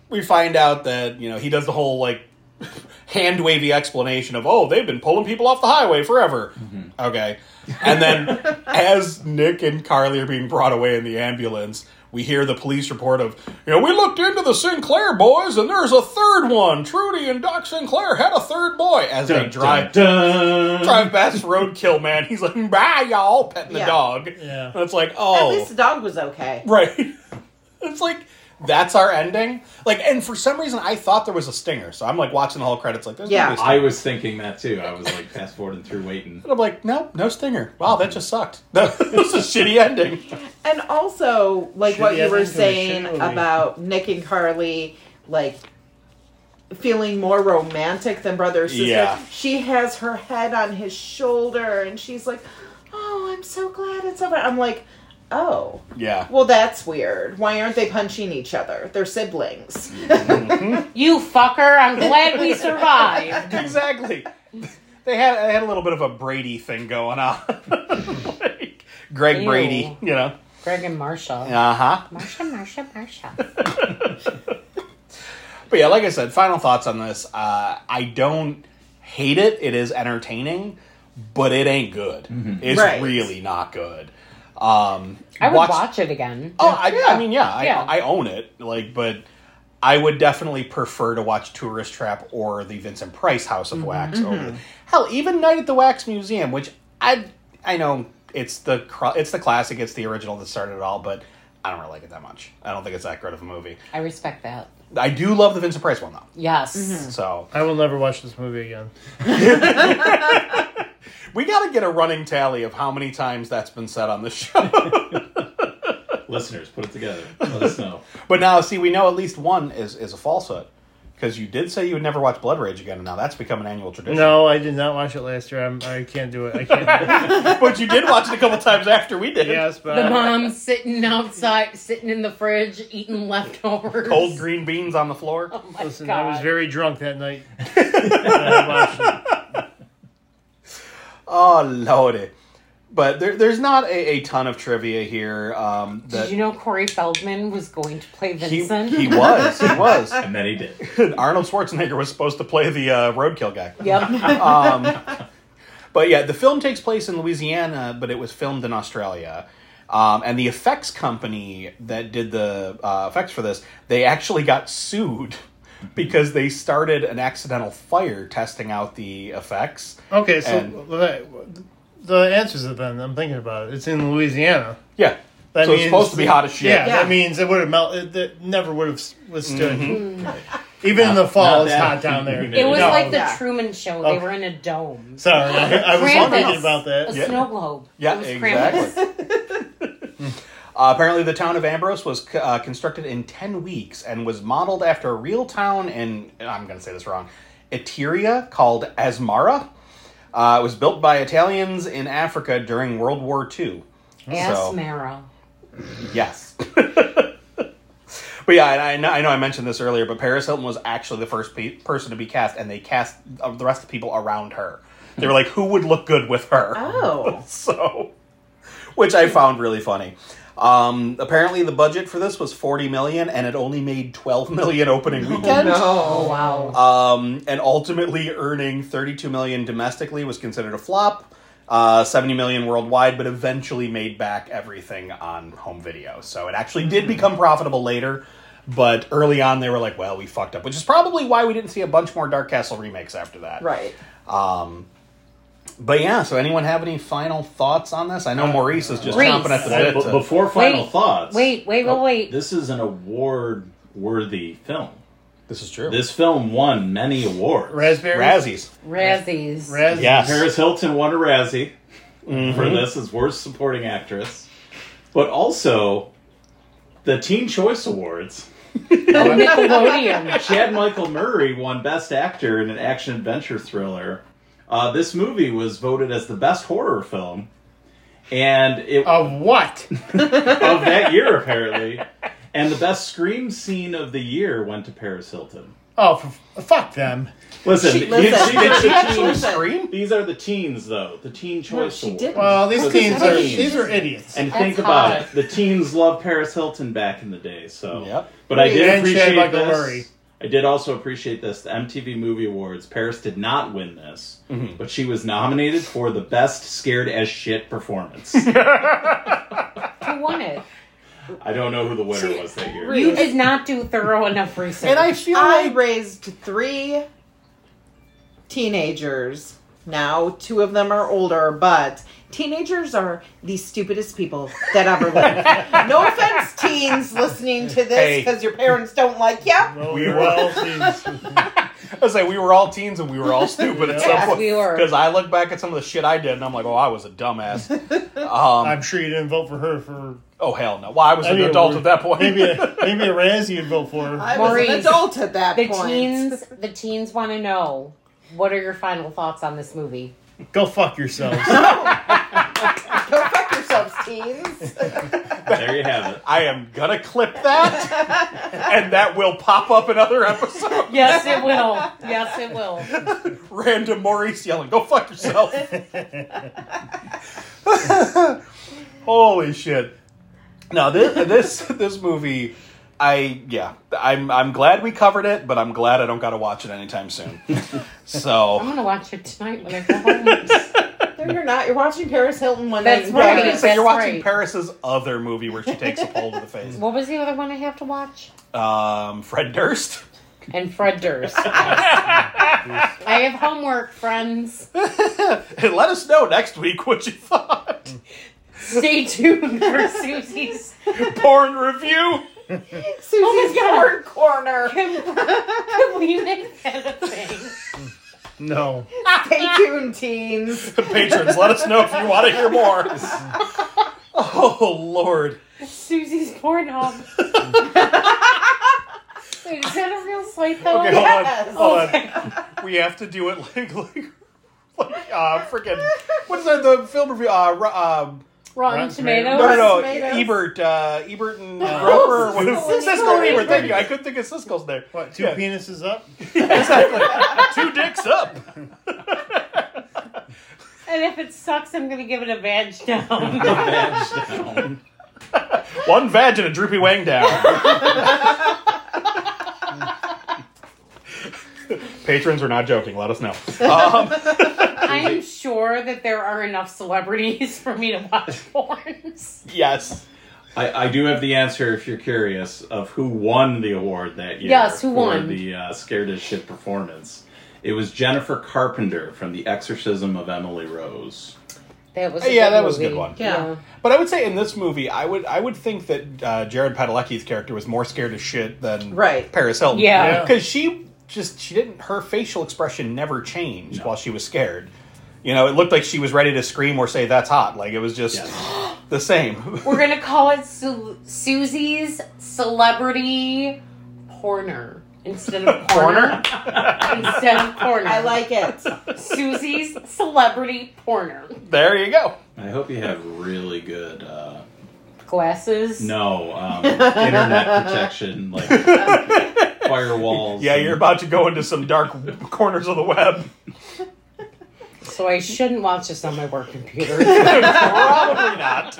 we find out that, you know, he does the whole like hand wavy explanation of, oh, they've been pulling people off the highway forever. Mm-hmm. Okay. And then as Nick and Carly are being brought away in the ambulance, we hear the police report of, you know, we looked into the Sinclair boys and there's a third one. Trudy and Doc Sinclair had a third boy as they Dun, drive dun, dun. drive past roadkill man. He's like, bye y'all, petting the Yeah. dog. Yeah. And it's like, At oh least the dog was okay. right. It's like that's our ending. Like, and for some reason I thought there was a stinger, so I'm like watching the whole credits like there's Yeah. yeah. no I stinger. was thinking that too. I was like fast forwarding through waiting. And I'm like, no, no stinger. Wow, that just sucked. That was a shitty ending. And also, like Shitty what you were ending to a saying shitty movie. about Nick and Carly, like feeling more romantic than brother or sister. Yeah. She has her head on his shoulder, and she's like, "Oh, I'm so glad it's over." I'm like, "Oh, Yeah. well, that's weird. Why aren't they punching each other? They're siblings." You fucker. I'm glad we survived. exactly. They had they had a little bit of a Brady thing going on. like, Greg Ew. Brady, you know. Greg and Marsha. Uh-huh. Marsha, Marsha, Marsha. But yeah, like I said, final thoughts on this. Uh, I don't hate it. It is entertaining, but it ain't good. It's Right. really not good. Um, I would watch- watch it again. Oh, I, I mean, yeah, I, Yeah. I own it. Like, but I would definitely prefer to watch Tourist Trap or the Vincent Price House Mm-hmm. of Wax. Over the, hell, even Night at the Wax Museum, which I I know it's the cro- it's the classic, it's the original that started it all, but I don't really like it that much. I don't think it's that great of a movie. I respect that. I do love the Vincent Price one though. Yes. So I will never watch this movie again. We got to get a running tally of how many times that's been said on the show. Listeners, put it together. Let us know. but now, see, we know at least one is, is a falsehood because you did say you would never watch Blood Rage again, and now that's become an annual tradition. No, I did not watch it last year. I'm, I can't do it. I can't. but you did watch it a couple times after we did. yes, but The I- mom sitting outside, sitting in the fridge, eating leftovers. Cold green beans on the floor. Oh my listen, God. I was very drunk that night. when I watched it. Oh lordy! But there, there's not a, a ton of trivia here. Um, that Did you know Corey Feldman was going to play he, Vincent? he was he was And then he did. Arnold Schwarzenegger was supposed to play the uh, roadkill guy. Yep. But yeah, the film takes place in Louisiana, but it was filmed in Australia. Um, and the effects company that did the uh, effects for this, they actually got sued because they started an accidental fire testing out the effects. Okay, so And- the, the answers are then. I'm thinking about it. It's in Louisiana. Yeah. That so it's supposed to be hot as shit. Yeah, Yeah. that means it would have melted. It never would have withstood. Mm-hmm. Even in the Not- fall, not it's that- hot down there. It It was No. like the Yeah. Truman Show. Okay. They were in a dome. Sorry, I, I was Krampus. thinking about A that. Yeah. snow globe. Yeah, It was Krampus. exactly. uh, apparently, the town of Ambrose was c- uh, constructed in 10 weeks and was modeled after a real town in, I'm going to say this wrong, Eteria called Asmara. Uh, it was built by Italians in Africa during World War II. Ass So- marrow. Yes. But yeah, and I know, I know I mentioned this earlier, but Paris Hilton was actually the first pe- person to be cast, and they cast uh, the rest of the people around her. They were like, who would look good with her? Oh. so which i found really funny um apparently the budget for this was 40 million and it only made 12 million opening weekend Oh, No. Oh, Wow. um and ultimately earning 32 million domestically was considered a flop uh 70 million worldwide but eventually made back everything on home video so it actually Hmm. did become profitable later but early on they were like well we fucked up which is probably why we didn't see a bunch more dark castle remakes after that Right. But yeah, so anyone have any final thoughts on this? I Uh, know Maurice is just Reese. chomping at the Uh, bit. but to- before final Wait, thoughts, wait, wait, wait, wait. This is an award-worthy film. this is true. This film won many awards. Raspberry. Razzies. Razzies. Raz- Yes. Paris Hilton won a Razzie for this as Worst Supporting Actress, but also the Teen Choice Awards. Nickelodeon. Chad Michael Murray won Best Actor in an Action Adventure Thriller. Uh, this movie was voted as the best horror film, and it Of what? of that year apparently. And the best scream scene of the year went to Paris Hilton. Oh, f- f- fuck them. Listen, She- these- listen, these, are she the actually teens- said- Scream? these are the teens, though. The Teen Choice she Awards. didn't. Well, these Look at teens that. are these are idiots. And That's think about hot. it. The teens loved Paris Hilton back in the day, so. Yep. But I did And appreciate Shea Michael this. Murray. I did also appreciate this. The MTV Movie Awards. Paris did not win this, but she was nominated for the best scared as shit performance. Who won it? I don't know who the winner was that year. You did not do thorough enough research. And I feel I like raised three teenagers. Now, two of them are older, but teenagers are the stupidest people that ever lived. no offense, teens listening Hey. to this because your parents don't like you. We were all teens. I was like, we were all teens and we were all stupid at some Yes, point. we were. Because I look back at some of the shit I did and I'm like, oh, I was a dumbass. I'm sure you didn't vote for her for. oh hell no! Well, I was I an mean, adult we- at that point. Maybe a, maybe a Razzie you'd vote for. her. I was an Maurice, adult at that the point. teens the teens want to know what are your final thoughts on this movie? Go fuck yourselves. Go fuck yourselves, teens. There you have it. I am gonna clip that, and that will pop up in other episodes. Yes, it will. Yes, it will. Random Maurice yelling, "Go fuck yourself!" Holy shit! No, this this this movie, I yeah, I'm I'm glad we covered it, but I'm glad I don't got to watch it anytime soon. I'm So gonna watch it tonight when I go home. no, you're not. You're watching Paris Hilton one That's night. in right. Paris. so you're watching right. Paris's other movie where she takes a pole to the face. What was the other one I have to watch? Um, Fred Durst. And Fred Durst. I have homework, friends. And let us know next week what you thought. Stay tuned for Susie's Porn review. Susie's Oh God. porn corner. Can we make that a thing? No. Stay tuned, teens. Patrons, let us know if you want to hear more. oh Lord. Susie's porn hub. Wait, is that a real site though? Okay, hold Yes. on. Hold on. We have to do it like like like uh freaking what is that the film review uh, Ro- uh Rotten, Rotten Tomatoes. Tomatoes. no, no, Tomatoes. no, Ebert, uh, Ebert and Roper, what is- Siskel and Siskel and Ebert. Ebert. Thank you. I couldn't think of Siskel's there. What? Two Yeah. penises up. exactly. two dicks up. And if it sucks, I'm gonna give it a badge down. Badge down. One vag and a droopy wang down. Patrons are not joking. Let us know. Um, I'm sure that there are enough celebrities for me to watch porns. yes. I, I do have the answer if you're curious of who won the award that year. Yes, who for won? the uh, scared as shit performance? It was Jennifer Carpenter from The Exorcism of Emily Rose. That was a Uh, Yeah, good that was a good movie. one. Yeah. But I would say in this movie, I would I would think that uh, Jared Padalecki's character was more scared of shit than Right. Paris Hilton. Yeah. Yeah. because she just she didn't her facial expression never changed while she was scared. You know, it looked like she was ready to scream or say "That's hot." Like it was just the same. We're gonna call it Su- Susie's celebrity corner instead of corner. instead of corner. I like it. Susie's celebrity corner. There you go. I hope you have really good uh, Glasses. no um, internet protection, like firewalls. Yeah, and- you're about to go into some dark corners of the web. So I shouldn't watch this on my work computer. Probably not.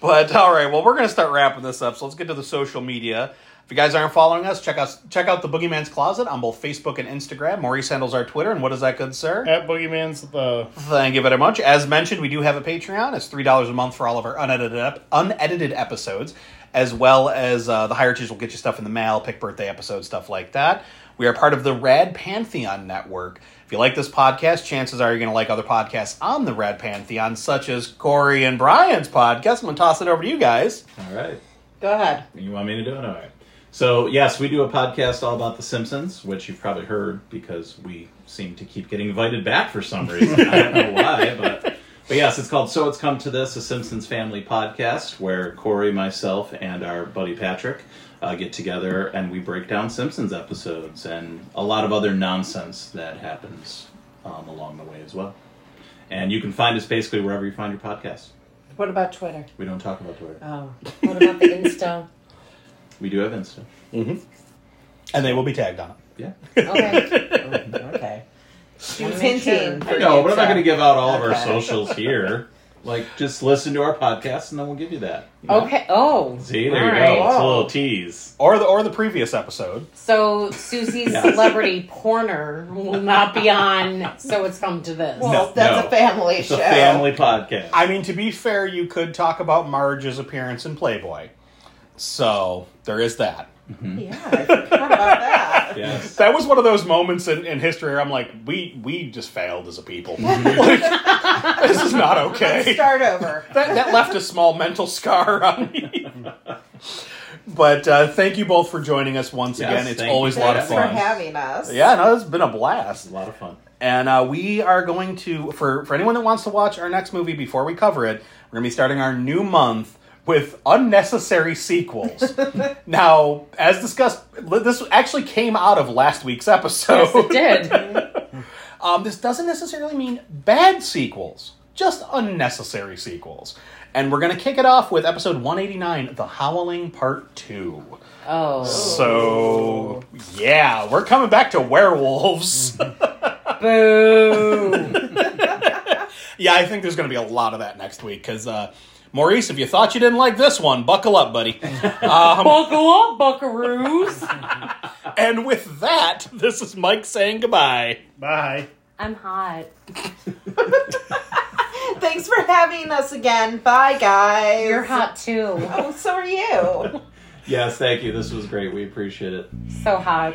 but all right, well, we're going to start wrapping this up. So let's get to the social media. If you guys aren't following us, check us check out the Boogeyman's Closet on both Facebook and Instagram. Maurice handles our Twitter, and what is that good, sir? At Boogeyman's uh, the Thank you very much. As mentioned, we do have a Patreon. It's three dollars a month for all of our unedited ep- unedited episodes, as well as uh, the higher tiers will get you stuff in the mail, pick birthday episodes, stuff like that. We are part of the Rad Pantheon Network. If you like this podcast, chances are you're going to like other podcasts on the Rad Pantheon, such as Corey and Brian's podcast. I'm going to toss it over to you guys. All right. Go ahead. You want me to do it? All right. So, yes, we do a podcast all about The Simpsons, which you've probably heard because we seem to keep getting invited back for some reason. I don't know why, but, but yes, it's called So It's Come to This, a Simpsons family podcast where Corey, myself, and our buddy Patrick uh, get together and we break down Simpsons episodes and a lot of other nonsense that happens um, along the way as well. And you can find us basically wherever you find your podcast. What about Twitter? We don't talk about Twitter. Oh. what about the Insta? We do have Insta. And they will be tagged on it. Yeah. Okay. Okay. She was make sure. hinting. I know, but I'm not going to give out all of our Okay. socials here. Like, just listen to our podcast, and then we'll give you that. You know? Okay. Oh. See, there you All go. right. It's a little tease. Or the, or the previous episode. So Susie's celebrity corner will not be on. So it's come to this. Well, that's no. a family It's show. a family podcast. I mean, to be fair, you could talk about Marge's appearance in Playboy. So there is that. Yeah, I forgot about that. Yes. That was one of those moments in, in history where I'm like, we we just failed as a people. like, this is not okay. Start over. That, that left a small mental scar on me. but uh, thank you both for joining us once Yes, again. It's thank you. always a lot of Thanks for fun. having us. Yeah, no, it's been a blast. It's a lot of fun. And uh, we are going to, for, for anyone that wants to watch our next movie before we cover it, we're going to be starting our new month with unnecessary sequels. now, as discussed, li- this actually came out of last week's Yes, episode. it did. Um, this doesn't necessarily mean bad sequels, just unnecessary sequels. And we're going to kick it off with episode 189 The Howling Part 2. Oh. So, yeah, we're coming back to werewolves. Boo. Yeah, I think there's going to be a lot of that next week because uh, Maurice, if you thought you didn't like this one, buckle up, buddy. um, Buckle up, buckaroos. and with that, this is Mike saying goodbye. bye. I'm hot. Thanks for having us again. Bye, guys. You're hot too. Oh, so are you. Yes, thank you. This was great. We appreciate it. So hot.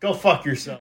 Go fuck yourself.